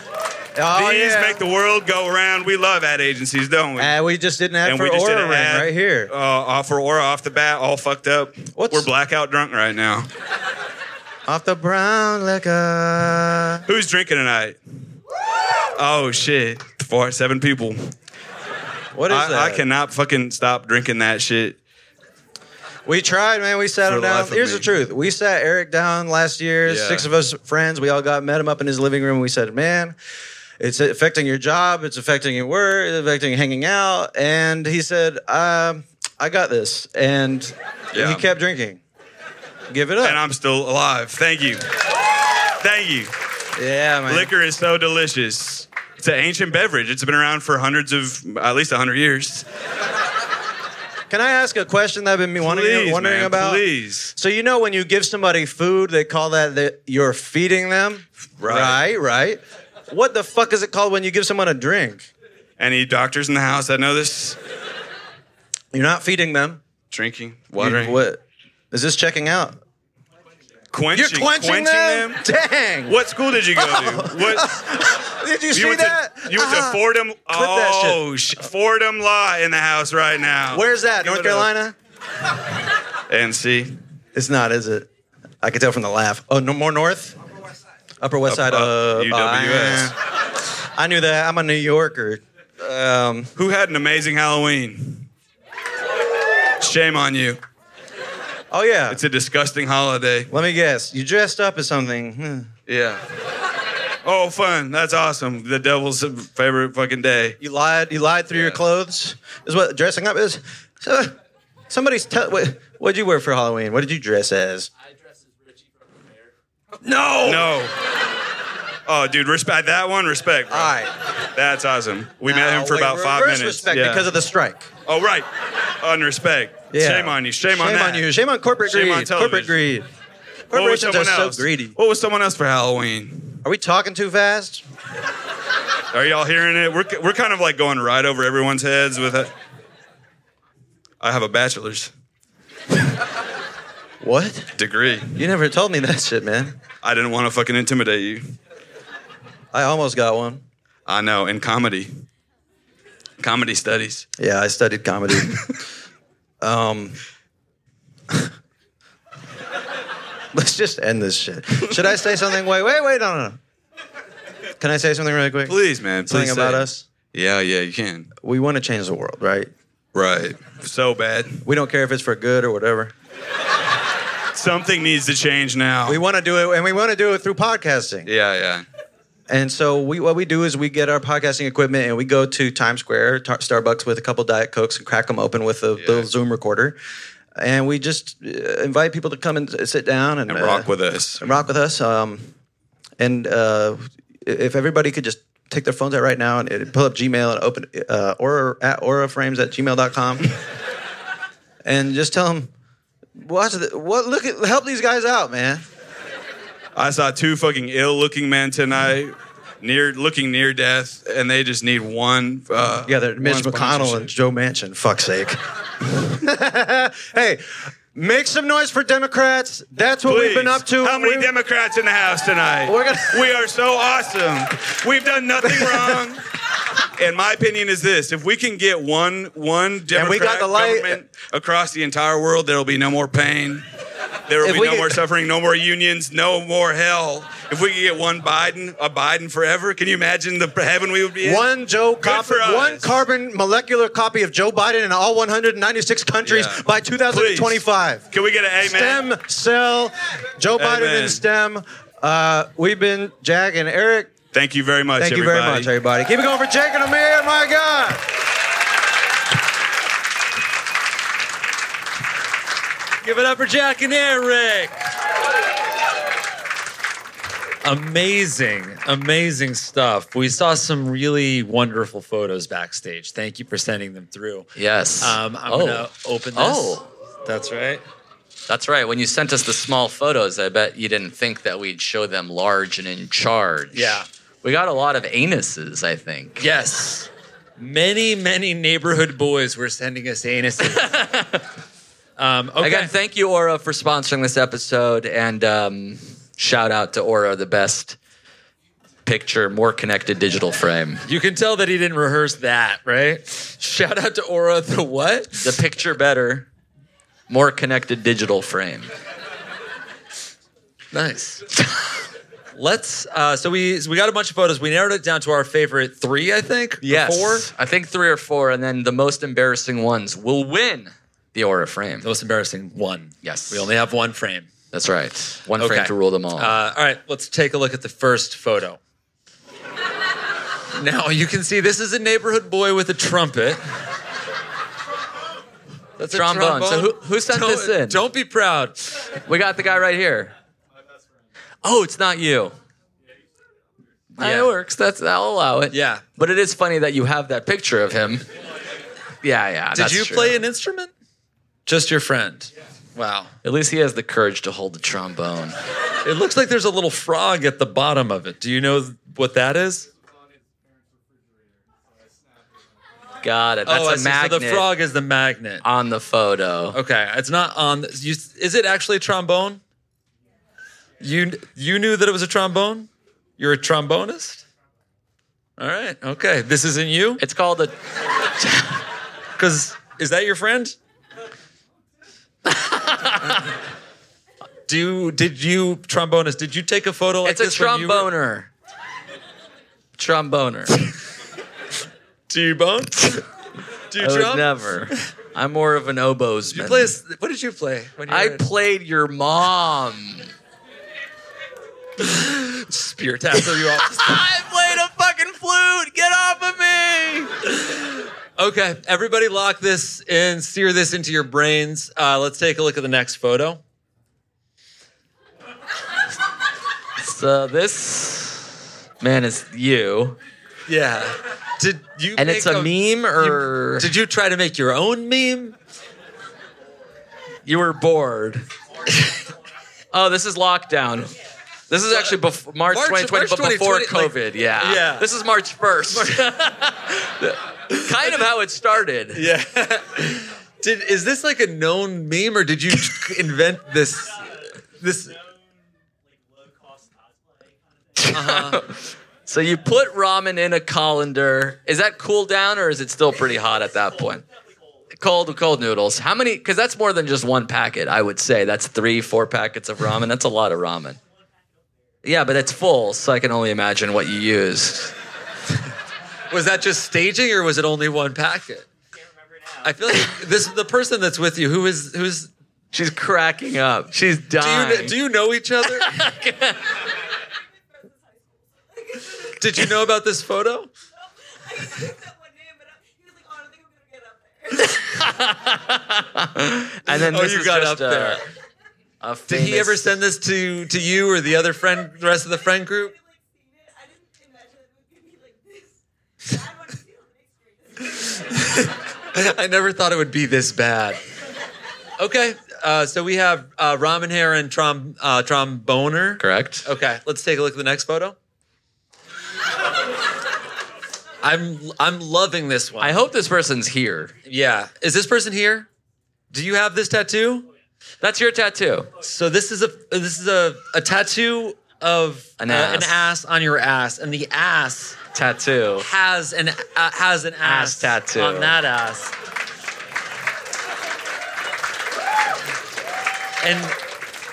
oh, These yeah. make the world go around. We love ad agencies, don't we? Uh, we just didn't have for Aura Ring right here. Uh, off for Aura off the bat, all fucked up. What's- We're blackout drunk right now. Off the brown liquor. Who's drinking tonight? Oh shit! Four, seven people. What is I, that? I cannot fucking stop drinking that shit. We tried, man. We sat For him the down. life of Here's me. the truth. We sat Eric down last year. Yeah. Six of us friends. We all got met him up in his living room. We said, "Man, it's affecting your job. It's affecting your work. It's affecting hanging out." And he said, um, "I got this." And Yeah. he kept drinking. Give it up. And I'm still alive. Thank you. Thank you. yeah, man. Liquor is so delicious. It's an ancient beverage. It's been around for hundreds of, at least 100 years. Can I ask a question that I've been wanting, Please, wondering man, about? please. So you know when you give somebody food, they call that the, you're feeding them. Right. Right. Right. What the fuck is it called when you give someone a drink? Any doctors in the house that know this? You're not feeding them. Drinking, You- watering, What is this checking out? quenching, Dang! Oh. What school did you go to? What Did you, you see went that? to? You went Uh-huh. to Fordham. that shit. Oh, sh- Fordham Law in the house right now. Where's that? Give North it up. Carolina? NC. It's not, is it? I can tell from the laugh. Oh, no more north. Upper West Side. Up- uh, UWS. uh, I knew that. I'm a New Yorker. Um, Who had an amazing Halloween? Shame on you. oh yeah. It's a disgusting holiday. Let me guess. You dressed up as something. Hmm. Yeah. Oh, fun. That's awesome. The devil's favorite fucking day. You lied. You lied through your Yeah. clothes. Is what dressing up is. So, somebody's tell. What what'd you wear for Halloween? What did you dress as? No. No. Oh, dude, respect that one. Respect. Bro. All right. That's awesome. We met him for Wait, about five reverse minutes. Respect Yeah. because of the strike. Oh, right. Unrespect. Yeah. Shame on you. Shame, on Shame that. on you. Shame on corporate Shame greed. on corporate television. greed. What was Corporations someone are so else? greedy. What was someone else for Halloween? Are we talking too fast? Are y'all hearing it? We're we're kind of like going right over everyone's heads with it. I have a bachelor's What? degree. You never told me that shit, man. I didn't want to fucking intimidate you. I almost got one. I know. In comedy, comedy studies. Yeah, I studied comedy. um, let's just end this shit. Should I say something? Wait, wait, wait, no, no, no. Can I say something really quick? Please, man. Something please about say it. us. Yeah, yeah, you can. We want to change the world, right? Right. So bad. We don't care if it's for good or whatever. Something needs to change now. We want to do it, and we want to do it through podcasting. yeah, yeah. And so we what we do is we get our podcasting equipment and we go to Times Square, tar- Starbucks with a couple Diet Cokes and crack them open with a little Zoom recorder, and we just uh, invite people to come and s- sit down and, And uh, rock with us. and rock with us. Um, and uh, i- if everybody could just take their phones out right now and uh, pull up Gmail and open uh, aura at auraframes at gmail.com and just tell them, watch the, what look at help these guys out, man. I saw two fucking ill-looking men tonight, near looking near death, and they just need one. Uh, Yeah, they're Mitch one McConnell sponsorship. and Joe Manchin. Fuck's sake. hey, make some noise for Democrats. That's what we've been Please. up to. How many We're- Democrats in the house tonight? We're gonna- we are so awesome. We've done nothing wrong. And my opinion is this: if we can get one one Democrat we got the light- government across the entire world, there will be no more pain. There will If be we no get- more suffering, no more unions, no more hell. If we could get one Biden, a Biden forever, can you imagine the heaven we would be in? One Joe Good copy, for us. one carbon molecular copy of Joe Biden in all 196 countries Yeah. by 2025. Can we get an amen? STEM cell, Joe Biden Amen. in STEM. Uh, we've been Jack and Eric. Thank you very much. Thank you everybody. very much, everybody. Keep it going for Jake and Amir. My God. Give it up for Jack and Eric. Amazing, amazing stuff. We saw some really wonderful photos backstage. Thank you for sending them through. Yes. Um, I'm Oh. gonna open this. Oh. That's right. That's right. When you sent us the small photos, I bet you didn't think that we'd show them large and in charge. Yeah. We got a lot of anuses, I think. Yes. Many, many neighborhood boys were sending us anuses. um, okay. Again, thank you, Aura, for sponsoring this episode. And um, shout out to Aura, the best picture, more connected digital frame. you can tell that he didn't rehearse that, right? Shout out to Aura the what? The picture better, more connected digital frame. Nice. Let's. Uh, so we so we got a bunch of photos. We narrowed it down to our favorite three, I think. or Yes. Four. I think three or four. And then the most embarrassing ones will win the Aura frame. The most embarrassing one. Yes. We only have one frame. That's right. One frame Okay. to rule them all. Uh, all right. Let's take a look at the first photo. now you can see this is a neighborhood boy with a trumpet. That's Trombone. a trombone. So who- who sent Don't- this in? Don't be proud. We got the guy right here. Oh, it's not you. That Yeah. works. That's I'll allow it. Yeah. But it is funny that you have that picture of him. Yeah, yeah. Did you play an instrument? Just your friend. Wow. At least he has the courage to hold the trombone. It looks like there's a little frog at the bottom of it. Do you know what that is? Got it. That's oh, I a see. magnet So the frog is the magnet. on the photo. Okay, it's not on. The, you, is it actually a trombone? You you knew that it was a trombone. You're a trombonist. All right. Okay. This isn't you It's called a. because is that your friend? Do you, did you trombonist? Did you take a photo like It's a this? when you were- tromboner. Tromboner. Do you bone? Do you I would trom? never. I'm more of an oboesman. You play. a s- What did you play? When you I were- played your mom. spear tackle you off. I played a fucking flute. Get off of me. Okay, everybody lock this and sear this into your brains. Uh, let's take a look at the next photo. So this man is you, Yeah. Did you and make it's a, meme, or Did you try to make your own meme? you were bored? oh, this is lockdown. This is actually before March, March- 2020, March but before 2020, COVID. like- yeah, Yeah. This is March 1st. kind of how it started. Yeah. did is this like a known meme or did you invent this this So you put ramen in a colander. Is that cool down, or is it still pretty hot at that point? Cold, cold noodles. How many? Because that's more than just one packet. I would say that's three, four packets of ramen. That's a lot of ramen. Yeah, but it's full, so I can only imagine what you used. Was that just staging, or was it only one packet? I feel like this the person that's with you who is who's She's cracking up. She's do dying. you do you know each other? Did you know about this photo? and then Oh, this you is got just up a- there. a Did he famous- ever send this to to you or the other friend, the rest of the friend group? I never thought it would be this bad. Okay, uh, so we have uh, ramen hair and trom uh, tromboner. Correct. Okay, let's take a look at the next photo. I'm I'm loving this one. I hope this person's here. yeah, is this person here? Do you have this tattoo? That's your tattoo. So this is a this is a, a tattoo of An uh, ass. an ass on your ass, and the ass Tattoo. has an uh, has an ass, Ass tattoo. on that ass. And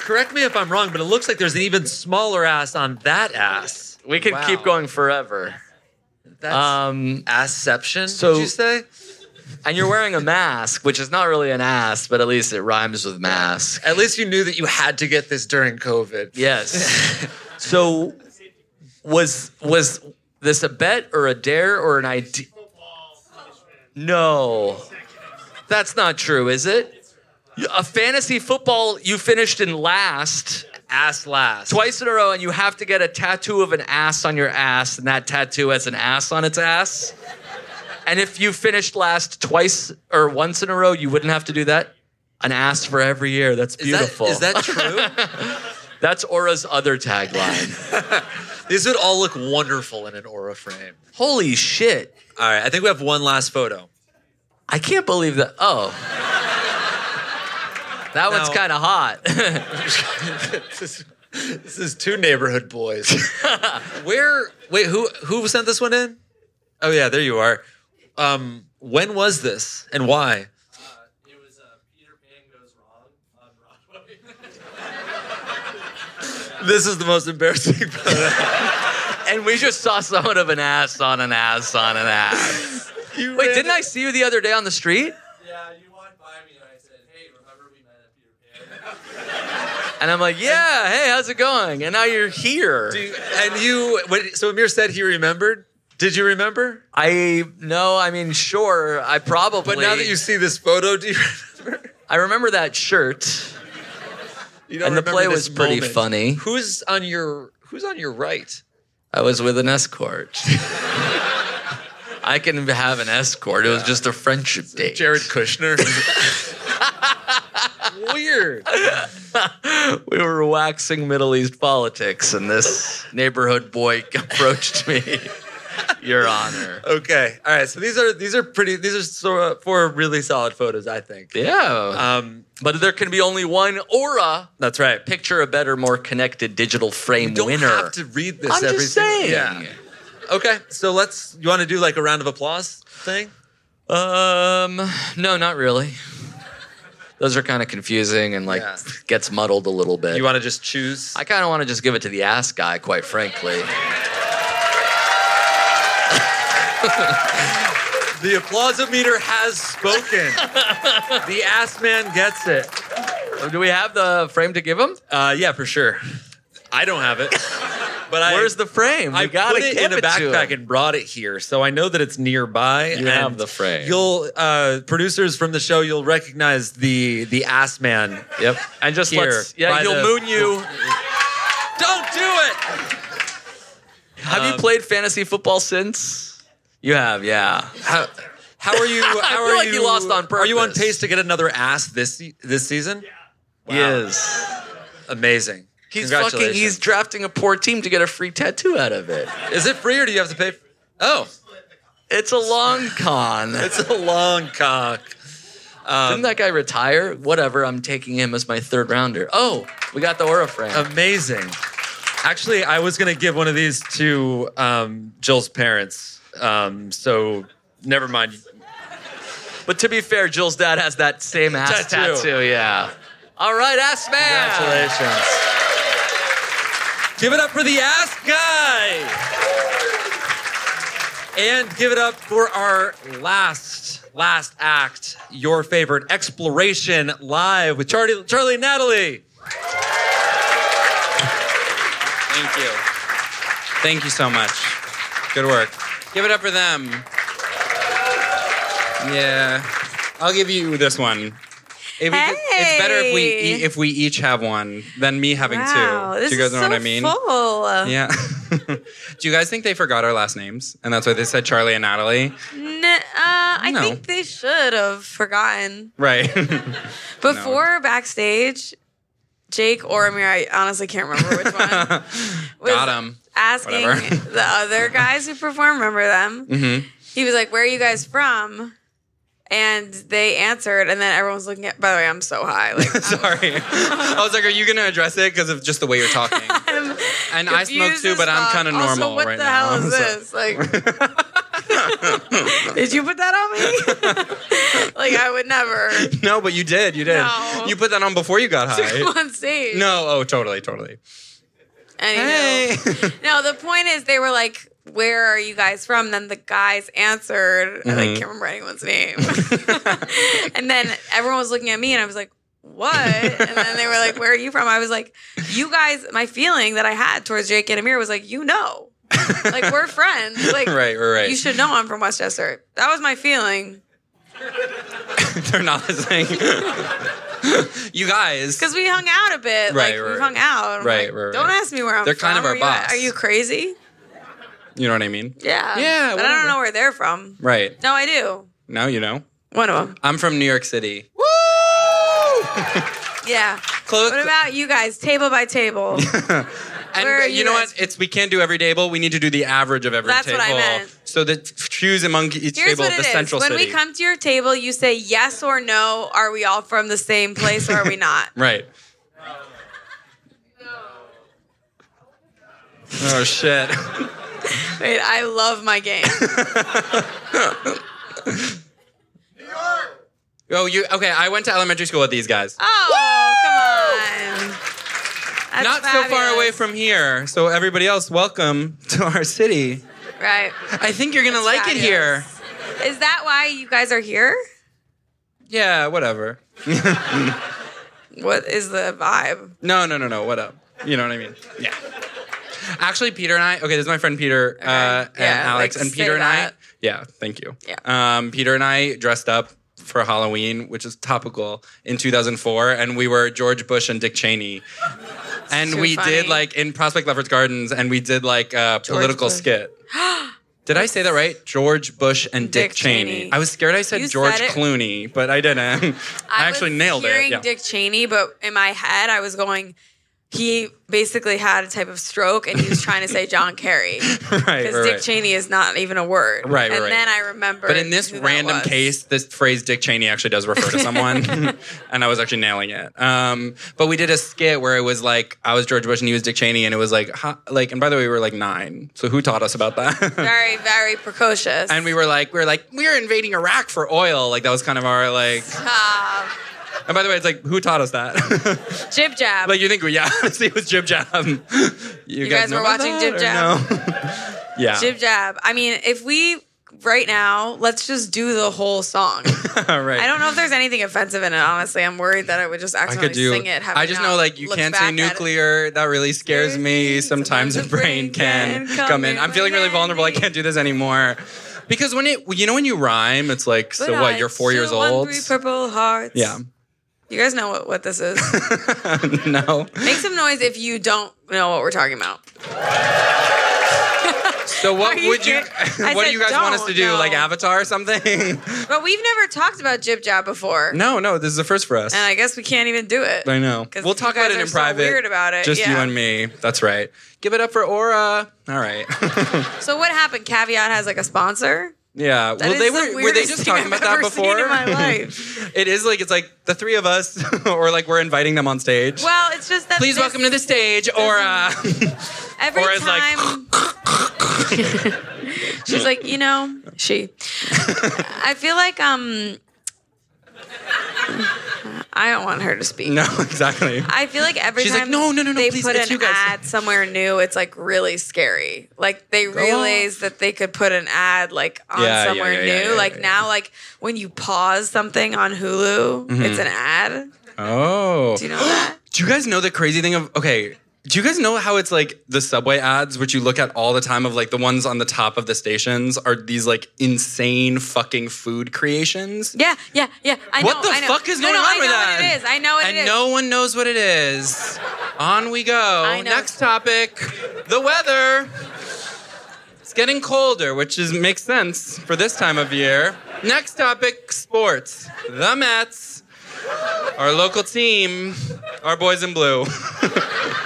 correct me if I'm wrong, but it looks like there's an even smaller ass on that ass. We could Wow. keep going forever. That's Um, assception. so- did you say? and you're wearing a mask, which is not really an ass, but at least it rhymes with mask. At least you knew that you had to get this during COVID. Yes. so was was this a bet or a dare or an idea? No. That's not true, is it? A fantasy football you finished in last Ass last. twice in a row and you have to get a tattoo of an ass on your ass and that tattoo has an ass on its ass. And if you finished last twice or once in a row, you wouldn't have to do that. An ass for every year. That's Is that, beautiful. is that true? That's Aura's other tagline. These would all look wonderful in an aura frame. Holy shit. All right, I think we have one last photo. I can't believe that. Oh. That one's No. kind of hot. this, is, this is two neighborhood boys. Where? Wait, who who sent this one in? Oh yeah, there you are. Um, when was this and why? This is the most embarrassing photo. and we just saw someone of an ass on an ass on an ass. You Wait, ran didn't it. I see you the other day on the street? Yeah, you walked by me and I said, "Hey, remember we met at Peter Pan?" And I'm like, yeah, hey, how's it going? And now you're here. Do you- and you, when, so Amir said he remembered. Did you remember? I no, I mean, sure, I probably. But now that you see this photo, do you remember? I remember that shirt. You don't And the remember play this was pretty moment. funny. Who's on your Who's on your right? I was with an escort. I can have an escort. It was just a friendship date. Jared Kushner. Weird. we were waxing Middle East politics, and this neighborhood boy approached me. Your Honor. Okay. All right. So these are these are pretty. These are so, uh, four really solid photos. I think. Yeah, Um. but there can be only one aura. That's right. Pick Picture a better, more connected digital frame don't winner. have to read this. I'm every just single- saying. Yeah. Okay. So let's. You want to do like a round of applause thing? Um, no, not really. Those are kind of confusing and like Yeah. gets muddled a little bit. You want to just choose? I kind of want to just give it to the ass guy, quite frankly. the applausometer has spoken. the ass man gets it. Do we have the frame to give him? Uh. Yeah. For sure. I don't have it. But I, Where's the frame? We I gotta put it give in a it to backpack him. and brought it here, so I know that it's nearby. You and have the frame. You'll uh, producers from the show. You'll recognize the the ass man. Yep. And just Here, let's. Yeah, by he'll the- moon you. Don't do it. Um, have you played fantasy football since? Um, You have, yeah. How, how are you? How I are feel like he lost on Are you on purpose. pace to get another ass this se- this season? He is. Amazing. He's fucking. He's Congratulations. drafting a poor team to get a free tattoo out of it. Is it free or do you have to pay? Oh, It's a long con. it's a long cock. Um, Didn't that guy retire? Whatever. I'm taking him as my third rounder. Oh, we got the aura frame. Amazing. Actually, I was gonna give one of these to um, Jill's parents. Um, so never mind. but to be fair, Jill's dad has that same ass Tattoo. tattoo. yeah. All right, ass man. Congratulations. Give it up for the ass guy. And give it up for our last, last act, your favorite exploration live with Charlie, Charlie and Natalie. Thank you. Thank you so much. Good work. Give it up for them. Yeah. I'll give you this one. If we could- It's better if we Hey. e- if we each have one than me having wow, two. This Do you guys is know so what I mean? Full. Yeah. Do you guys think they forgot our last names and that's why they said Charlie and Natalie? N- uh, I No. think they should have forgotten. Right. Before backstage, Jake or Amir, I honestly can't remember which one, Got him. asking Whatever. the other guys who perform, remember them? hmm He was like, Where are you guys from? And they answered, and then everyone was looking at. By the way, I'm so high. Like, Sorry. I was like, are you going to address it because of just the way you're talking? and I smoke confused too, as but I'm fuck. kind of Also, normal what right the now. hell is So- this? Like, did you put that on me? like, I would never No, but you did. You did. No. You put that on before you got go high. on stage. No. Oh, totally, totally. Anywho. no, the point is they were like, "Where are you guys from?" Then the guys answered, and I Mhm. can't remember anyone's name. and then everyone was looking at me, and I was like, "What?" And then they were like, "Where are you from?" I was like, "You guys." My feeling that I had towards Jake and Amir was like, "You know, like we're friends. Like Right, right, right. you should know I'm from Westchester." That was my feeling They're not listening. you guys. because we hung out a bit. Right, like right. we hung out. I'm Right, like, right, right. Don't ask me where I'm They're from. kind of our Are you- boss. Are you crazy? You know what I mean? Yeah. Yeah. But I don't know where they're from. Right. No, I do. Now you know. One of them. I'm from New York City. Yeah. Close. What about you guys? Table by table. And Where are you, you know guys- what? It's we can't do every table. We need to do the average of every That's table. what I meant. So the choose among each Here's table what of it the is. central when city. we come to your table, you say yes or no. Are we all from the same place or are we not? Right. Oh shit. Wait, I love my game. Oh, you okay? I went to elementary school with these guys. Oh, come on. That's Not so far away from here. So everybody else, welcome to our city. fabulous. Right. I think you're gonna like it here. Is that why you guys are here? Yeah, whatever. what is the vibe? No, no, no, no. What up? You know what I mean? Yeah. Actually, Peter and I. Okay, this is my friend Peter uh, and Yeah, Alex like, and say Peter and I. that. Yeah, thank you. Yeah. Um, Peter and I dressed up for Halloween, which is topical in 2004, and we were George Bush and Dick Cheney. And too we funny. did like in Prospect Lovers Gardens, and we did like a political Bush. skit. Did I say that right? George Bush and Dick, Dick Cheney. Cheney. I was scared I said You George said it. Clooney, but I didn't. I, actually was nailed hearing it. Yeah. Dick Cheney, but in my head, I was going. He basically had a type of stroke, and he was trying to say John Kerry because right, right, Dick right. Cheney is not even a word. Right, right, And right. then I remember. But in this who that random was. case, this phrase Dick Cheney actually does refer to someone, and I was actually nailing it. Um, but we did a skit where it was like I was George Bush and he was Dick Cheney, and it was like huh, like. And by the way, we were like nine, so who taught us about that? very, very precocious. and we were like, we were like, we are invading Iraq for oil. Like that was kind of our like. uh, And by the way, it's like who taught us that? jib jab. like you think we yeah, honestly, it was Jib Jab. You, guys were know about watching that Jib or Jab? No? yeah. Jib jab. I mean, if we right now, let's just do the whole song. All right. I don't know if there's anything offensive in it. Honestly, I'm worried that I would just I accidentally could do. sing it. having I just not know like you looked can't say back at it. nuclear. That really scares me. Sometimes the brain can come in. I'm feeling really vulnerable. I can't do this anymore. Because when it, you know, when you rhyme, it's like, so But what? I You're four years still want old. Three purple hearts. Yeah. You guys know what, what this is. no. Make some noise if you don't know what we're talking about. So what Are you would you? kidding? I what do said you guys want us don't, to do? no. Like Avatar or something? But we've never talked about jib jab before. no, no. This is the first for us. And I guess we can't even do it. I know. 'Cause We'll you talk about guys it are in so private. weird about it, Just you yeah. and me. That's right. Give it up for Aura. All right. So what happened? Caveat has like a sponsor. yeah. That well, is they the were. Were they weirdest just thing talking I've about that ever seen before? in my life. It is like it's like the three of us, or like we're inviting them on stage. well, it's just that. Please this- welcome to the stage, Aura. Every Aura's like, time. she's like, you know, she. I feel like um. I don't want her to speak. No, exactly. I feel like every She's time like, "No, no, no, no, they please, put it's an you guys." ad somewhere new, it's like really scary. Like they realize that they could put an ad like on Yeah, yeah, somewhere yeah, new. yeah, yeah, like yeah, now, like when you pause something on Hulu, Mhm. it's an ad. Oh. Do you know that? Do you guys know the crazy thing of okay? Do you guys know how it's like the subway ads, which you look at all the time, of like the ones on the top of the stations, are these like insane fucking food creations? Yeah, yeah, yeah. I What know, the I know. fuck is No, going no, on I with know that? What it is. I know what and it is. no one knows what it is. on we go. I know. Next topic: the weather. It's getting colder, which is makes sense for this time of year. Next topic: sports. The Mets, our local team, our boys in blue.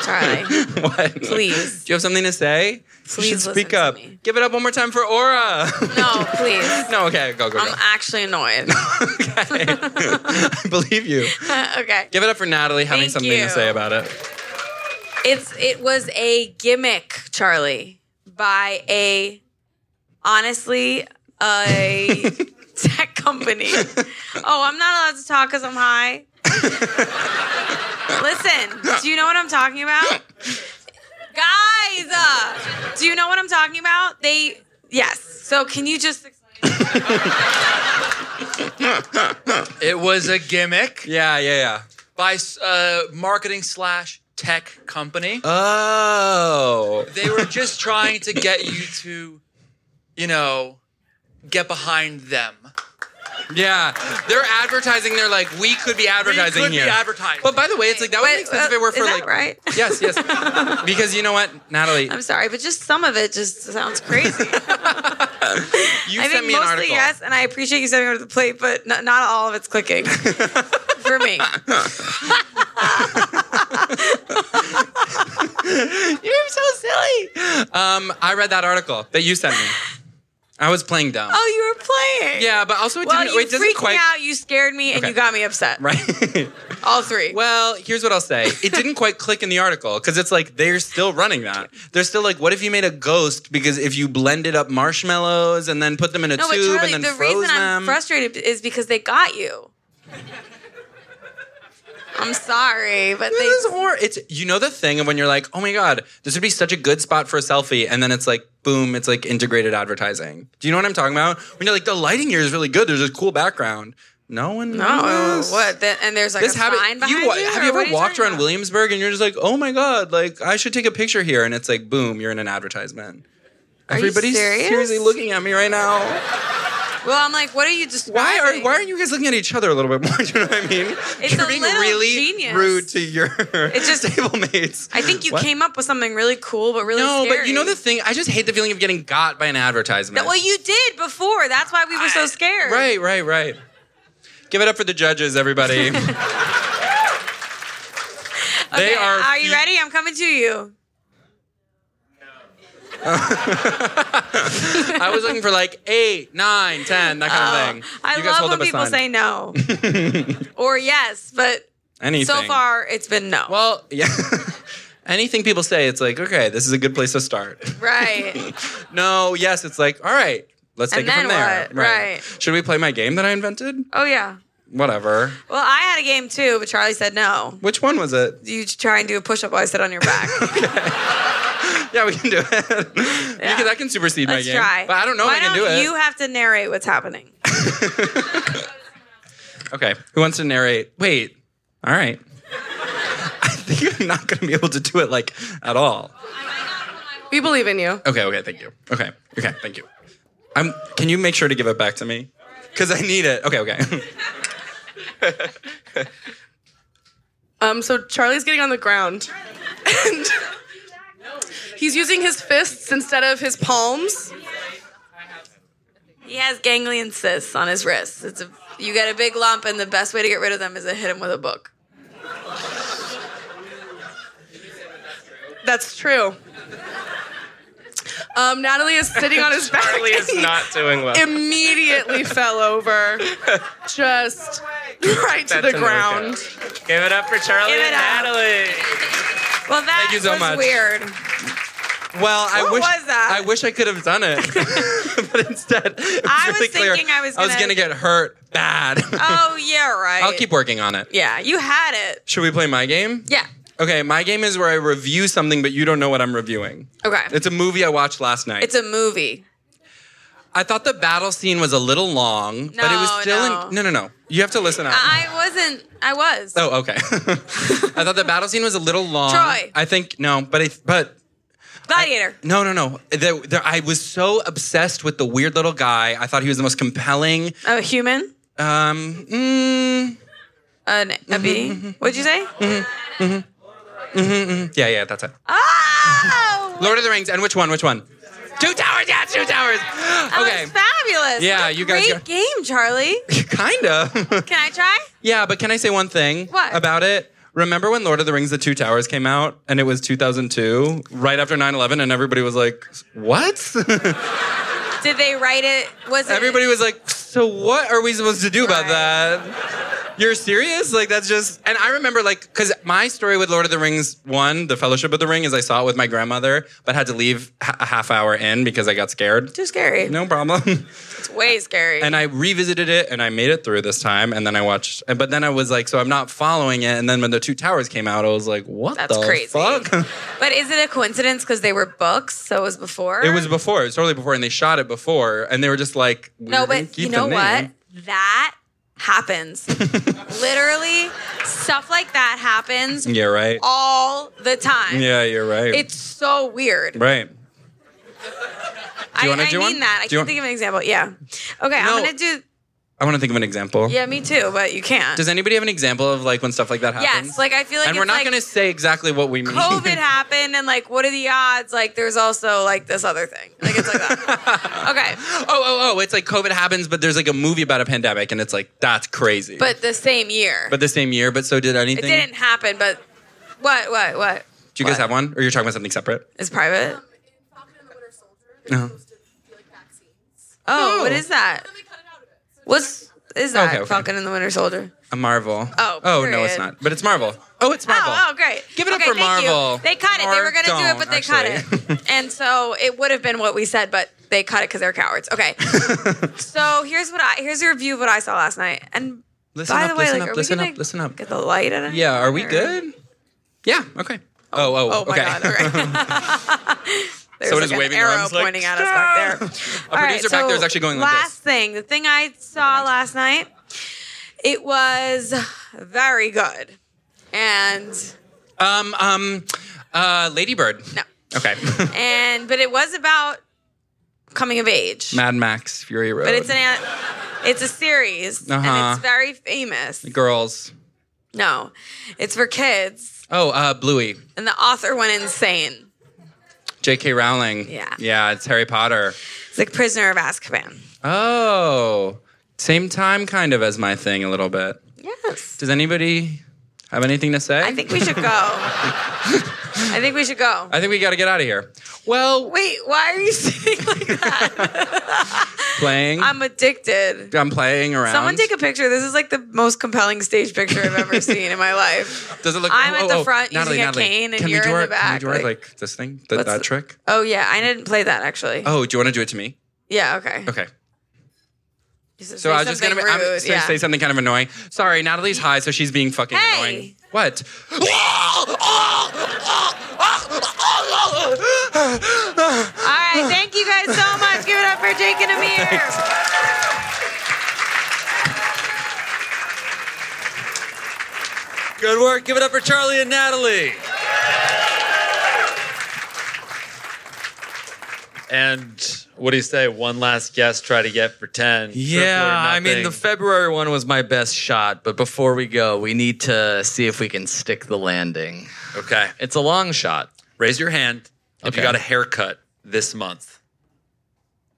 Charlie, what? Please. Do you have something to say? Please you should listen speak to up. Give it up one more time for Aura. No, please. no, okay, go go go. I'm actually annoyed. I believe you. okay. Give it up for Natalie having Thank something you. to say about it. It's it was a gimmick, Charlie, by a honestly a tech company. Oh, I'm not allowed to talk because I'm high. Listen, do you know what I'm talking about? Guys, uh, do you know what I'm talking about? They yes. So can you just it was a gimmick. Yeah, yeah, yeah. By uh, marketing slash tech company. Oh. they were just trying to get you to, you know, get behind them. Yeah, they're advertising. They're like, we could be advertising We could be here. advertising. But by the way, it's like that would make sense if it were is for that like right? Yes, yes. because you know what, Natalie, I'm sorry, but just some of it just sounds crazy. you I sent mean, me an mostly article. yes, and I appreciate you sending it to the plate, but not, not all of it's clicking for me. You're so silly. Um, I read that article that you sent me. I was playing dumb. Oh, you were playing. Yeah, but also it well, didn't- you it doesn't freaked quite- me out. You scared me, and Okay. you got me upset. Right. All three. Well, here's what I'll say. It didn't quite click in the article because it's like they're still running that. They're still like, what if you made a ghost? Because if you blended up marshmallows and then put them in a no, but tube Charlie, and the then froze reason I'm them. frustrated is because they got you. I'm sorry, but they. This is hor- It's you know the thing of when you're like, oh my god, this would be such a good spot for a selfie, and then it's like, boom, it's like integrated advertising. Do you know what I'm talking about? When you're like, the lighting here is really good. There's a cool background. No one. No, knows. what? The, and there's like this a habit. sign behind You, you. wa- have or you what are ever walked talking around about? Williamsburg and you're just like, oh my god, like I should take a picture here, and it's like, boom, you're in an advertisement. Are you Everybody's serious? seriously looking at me right now. Well, I'm like, what are you describing? Why are why are you guys looking at each other a little bit more? Do you know what I mean? It's you're a being little really genius. rude to your It's just- table mates. I think you What? came up with something really cool, but really No, scary. but you know the thing. I just hate the feeling of getting got by an advertisement. That, well, you did before. That's why we were so scared. right, right, right. Give it up for the judges, everybody. Okay, they are. Are you ready? I'm coming to you. I was looking for like eight, nine, ten, that kind of thing. Oh, I you guys love when hold up a people sign. say no or yes, but anything. so far it's been no. Well, yeah. anything people say, it's like okay, this is a good place to start. right. No, yes, it's like all right. Let's And take it from then there. what? Right. Should we play my game that I invented? Oh yeah. Whatever. Well, I had a game too, but Charlie said no. Which one was it? You try and do a push up while I sit on your back. Yeah, we can do it. You can, I can supersede Let's my game. try. But I don't know Why if I can do don't it. You have to narrate what's happening. Okay. Who wants to narrate? Wait. All right. I think I'm not going to be able to do it like at all. We believe in you. Okay. Okay. Thank you. Okay. Okay. Thank you. I'm. Can you make sure to give it back to me? Because I need it. Okay. Okay. Um, so Charlie's getting on the ground. and he's using his fists instead of his palms. He has ganglion cysts on his wrists. It's a, you get a big lump, and the best way to get rid of them is to hit him with a book. That's true. Um, Natalie is sitting on his back. Charlie is and he not doing well. Immediately fell over, just right to That the didn't work ground. out. Give it up for Charlie Give it and up. Natalie. Well, that Thank you so was much. weird. Well, I What wish was that? I wish I could have done it, but instead, it was I was really clear thinking I was I was gonna- gonna get hurt bad. Oh yeah, right. I'll keep working on it. Yeah, you had it. Should we play my game? Yeah. Okay, my game is where I review something, but you don't know what I'm reviewing. Okay. It's a movie I watched last night. It's a movie. I thought the battle scene was a little long, but it was No, still no. Ah. in. No, no, no. You have to listen out. I wasn't. I was. Oh, okay. I thought the battle scene was a little long. Troy. I think no, but I, but Gladiator. no, no, no. There, there, I was so obsessed with the weird little guy. I thought he was the most compelling. A human. Um, mm, An, a Mm-hmm, bee. What'd you say? mhm, mhm. mm-hmm. Yeah, yeah, that's it. Oh, Lord of the Rings, and which one? Which one? Two towers. Yeah, two towers. that Okay, was fabulous. Yeah, What a you guys Great got- game, Charlie. kind of. Can I try? yeah, but can I say one thing What? about it? Remember when Lord of the Rings: The Two Towers came out, and it was 2002, right after 9/11, and everybody was like, "What?" Did they write it? Was it? Everybody was like, "So what are we supposed to do about that?" You're serious? Like that's just. And I remember like because my story with Lord of the Rings one, the Fellowship of the Ring, is I saw it with my grandmother, but had to leave h- a half hour in because I got scared. Too scary. No problem. It's way scary. and I revisited it and I made it through this time, and then I watched. and- But then I was like, so I'm not following it. And then when the Two Towers came out, I was like, what That's the crazy. fuck? But is it a coincidence because they were books, so it was before? it was before. It was totally before, and they shot it before, and they were just like, "We're No, gonna but keep you the know what? name." That happens. Literally, stuff like that happens Yeah, right. all the time. Yeah, you're right. It's so weird. Right. I, you wanna I do mean one? that. I Do can't you want- think of an example. Yeah. Okay, No. I'm gonna do. I want to think of an example. Yeah, me too. But you can't. Does anybody have an example of like when stuff like that happens? Yes, like I feel like and it's we're not like going to say exactly what we mean. COVID happened, and like, what are the odds? Like, there's also like this other thing. Like, it's like that. Okay. oh, oh, oh! It's like COVID happens, but there's like a movie about a pandemic, and it's like that's crazy. But the same year. but the same year, but so did it anything. didn't happen, but what, what, what? Do you guys have one, or you're talking about something separate? Uh-huh. It's private. No. Oh, No. what is that? What's is that Okay, okay. Falcon and the Winter Soldier? A Marvel. Oh, Oh no, it's period. not. But it's Marvel. Oh, it's Marvel. Oh, oh, great! Give it up Okay, for thank you. Marvel. They cut it. They Or were gonna do it, but they don't, cut it, and so it would have been what we said, but they cut it because they're cowards. Okay. so here's what I here's a review of what I saw last night. And Listen by up, the way, listen like, up, are listen we up, gonna listen up. Get the light in it. Yeah, are we Or- good? Yeah. Okay. Oh, oh, Oh my okay. God, There's Someone like is waving an their arrow arms like, pointing at us back there. A producer back there is actually going like last this. thing, the thing I saw last night, it was very good, and Um, um, uh, Ladybird. No. Okay. and but it was about coming of age. Mad Max Fury Road. But it's an an- it's a series Uh-huh. and it's very famous. girls. No, it's for kids, Oh, uh, Bluey. and the author went insane. J.K. Rowling. Yeah. Yeah, it's Harry Potter. It's like Prisoner of Azkaban. Oh, same time kind of as my thing a little bit. Yes, Does anybody have anything to say? I think we should go. I think we should go. I think we got to get out of here. Well, Wait, why are you sitting like playing. I'm, I'm addicted? playing around. Someone take a picture. This is like the most compelling stage picture I've ever seen in my life. Does it look? I'm at oh, the oh, front Natalie, using a Natalie, cane and can we you're do in our, the back, Can we do our, like- like this thing? That, What's that the- trick? Oh yeah, I didn't play that actually. Oh, Ah! do you want to do it to me? Yeah, okay. Okay. So, So I was just gonna, be- I'm rude. just gonna yeah. say something kind of annoying. Sorry, Natalie's high, so she's being fucking Hey! annoying. What? Oh! Ah! All right, thank you guys so much. Give it up for Jake and Amir. Good work. Give it up for Charlie and Natalie. And what do you say? One last guess, try to get for 10. Triple or Yeah, I mean, the nothing. February one was my best shot, but before we go, we need to see if we can stick the landing. okay. It's a long shot. Raise your hand if Okay. you got a haircut this month.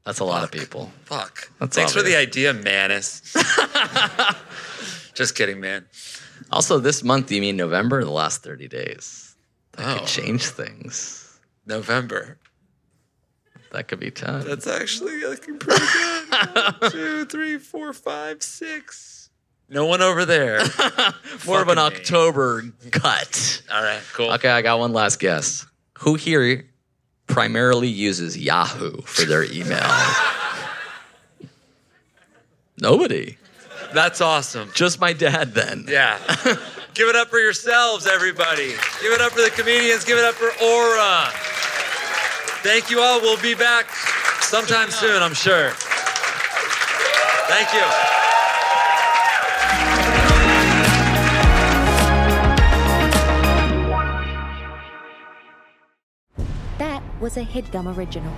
That's a lot of people. Fuck. That's Thanks for obvious. the idea, Manis. Just kidding, man. Also, this month, you mean November, the last 30 days. That Oh. could change things. November. That could be tough. That's actually looking pretty good. One, two, three, four, five, six. No one over there. More of an Fucking A. October cut. All right, cool. Okay, I got one last guess. Who here primarily uses Yahoo for their email. Nobody. That's awesome. Just my dad then. Yeah. Give it up for yourselves, everybody. Give it up for the comedians. Give it up for Aura. Thank you all. We'll be back sometime soon, I'm sure. Thank you. That was a headgum original.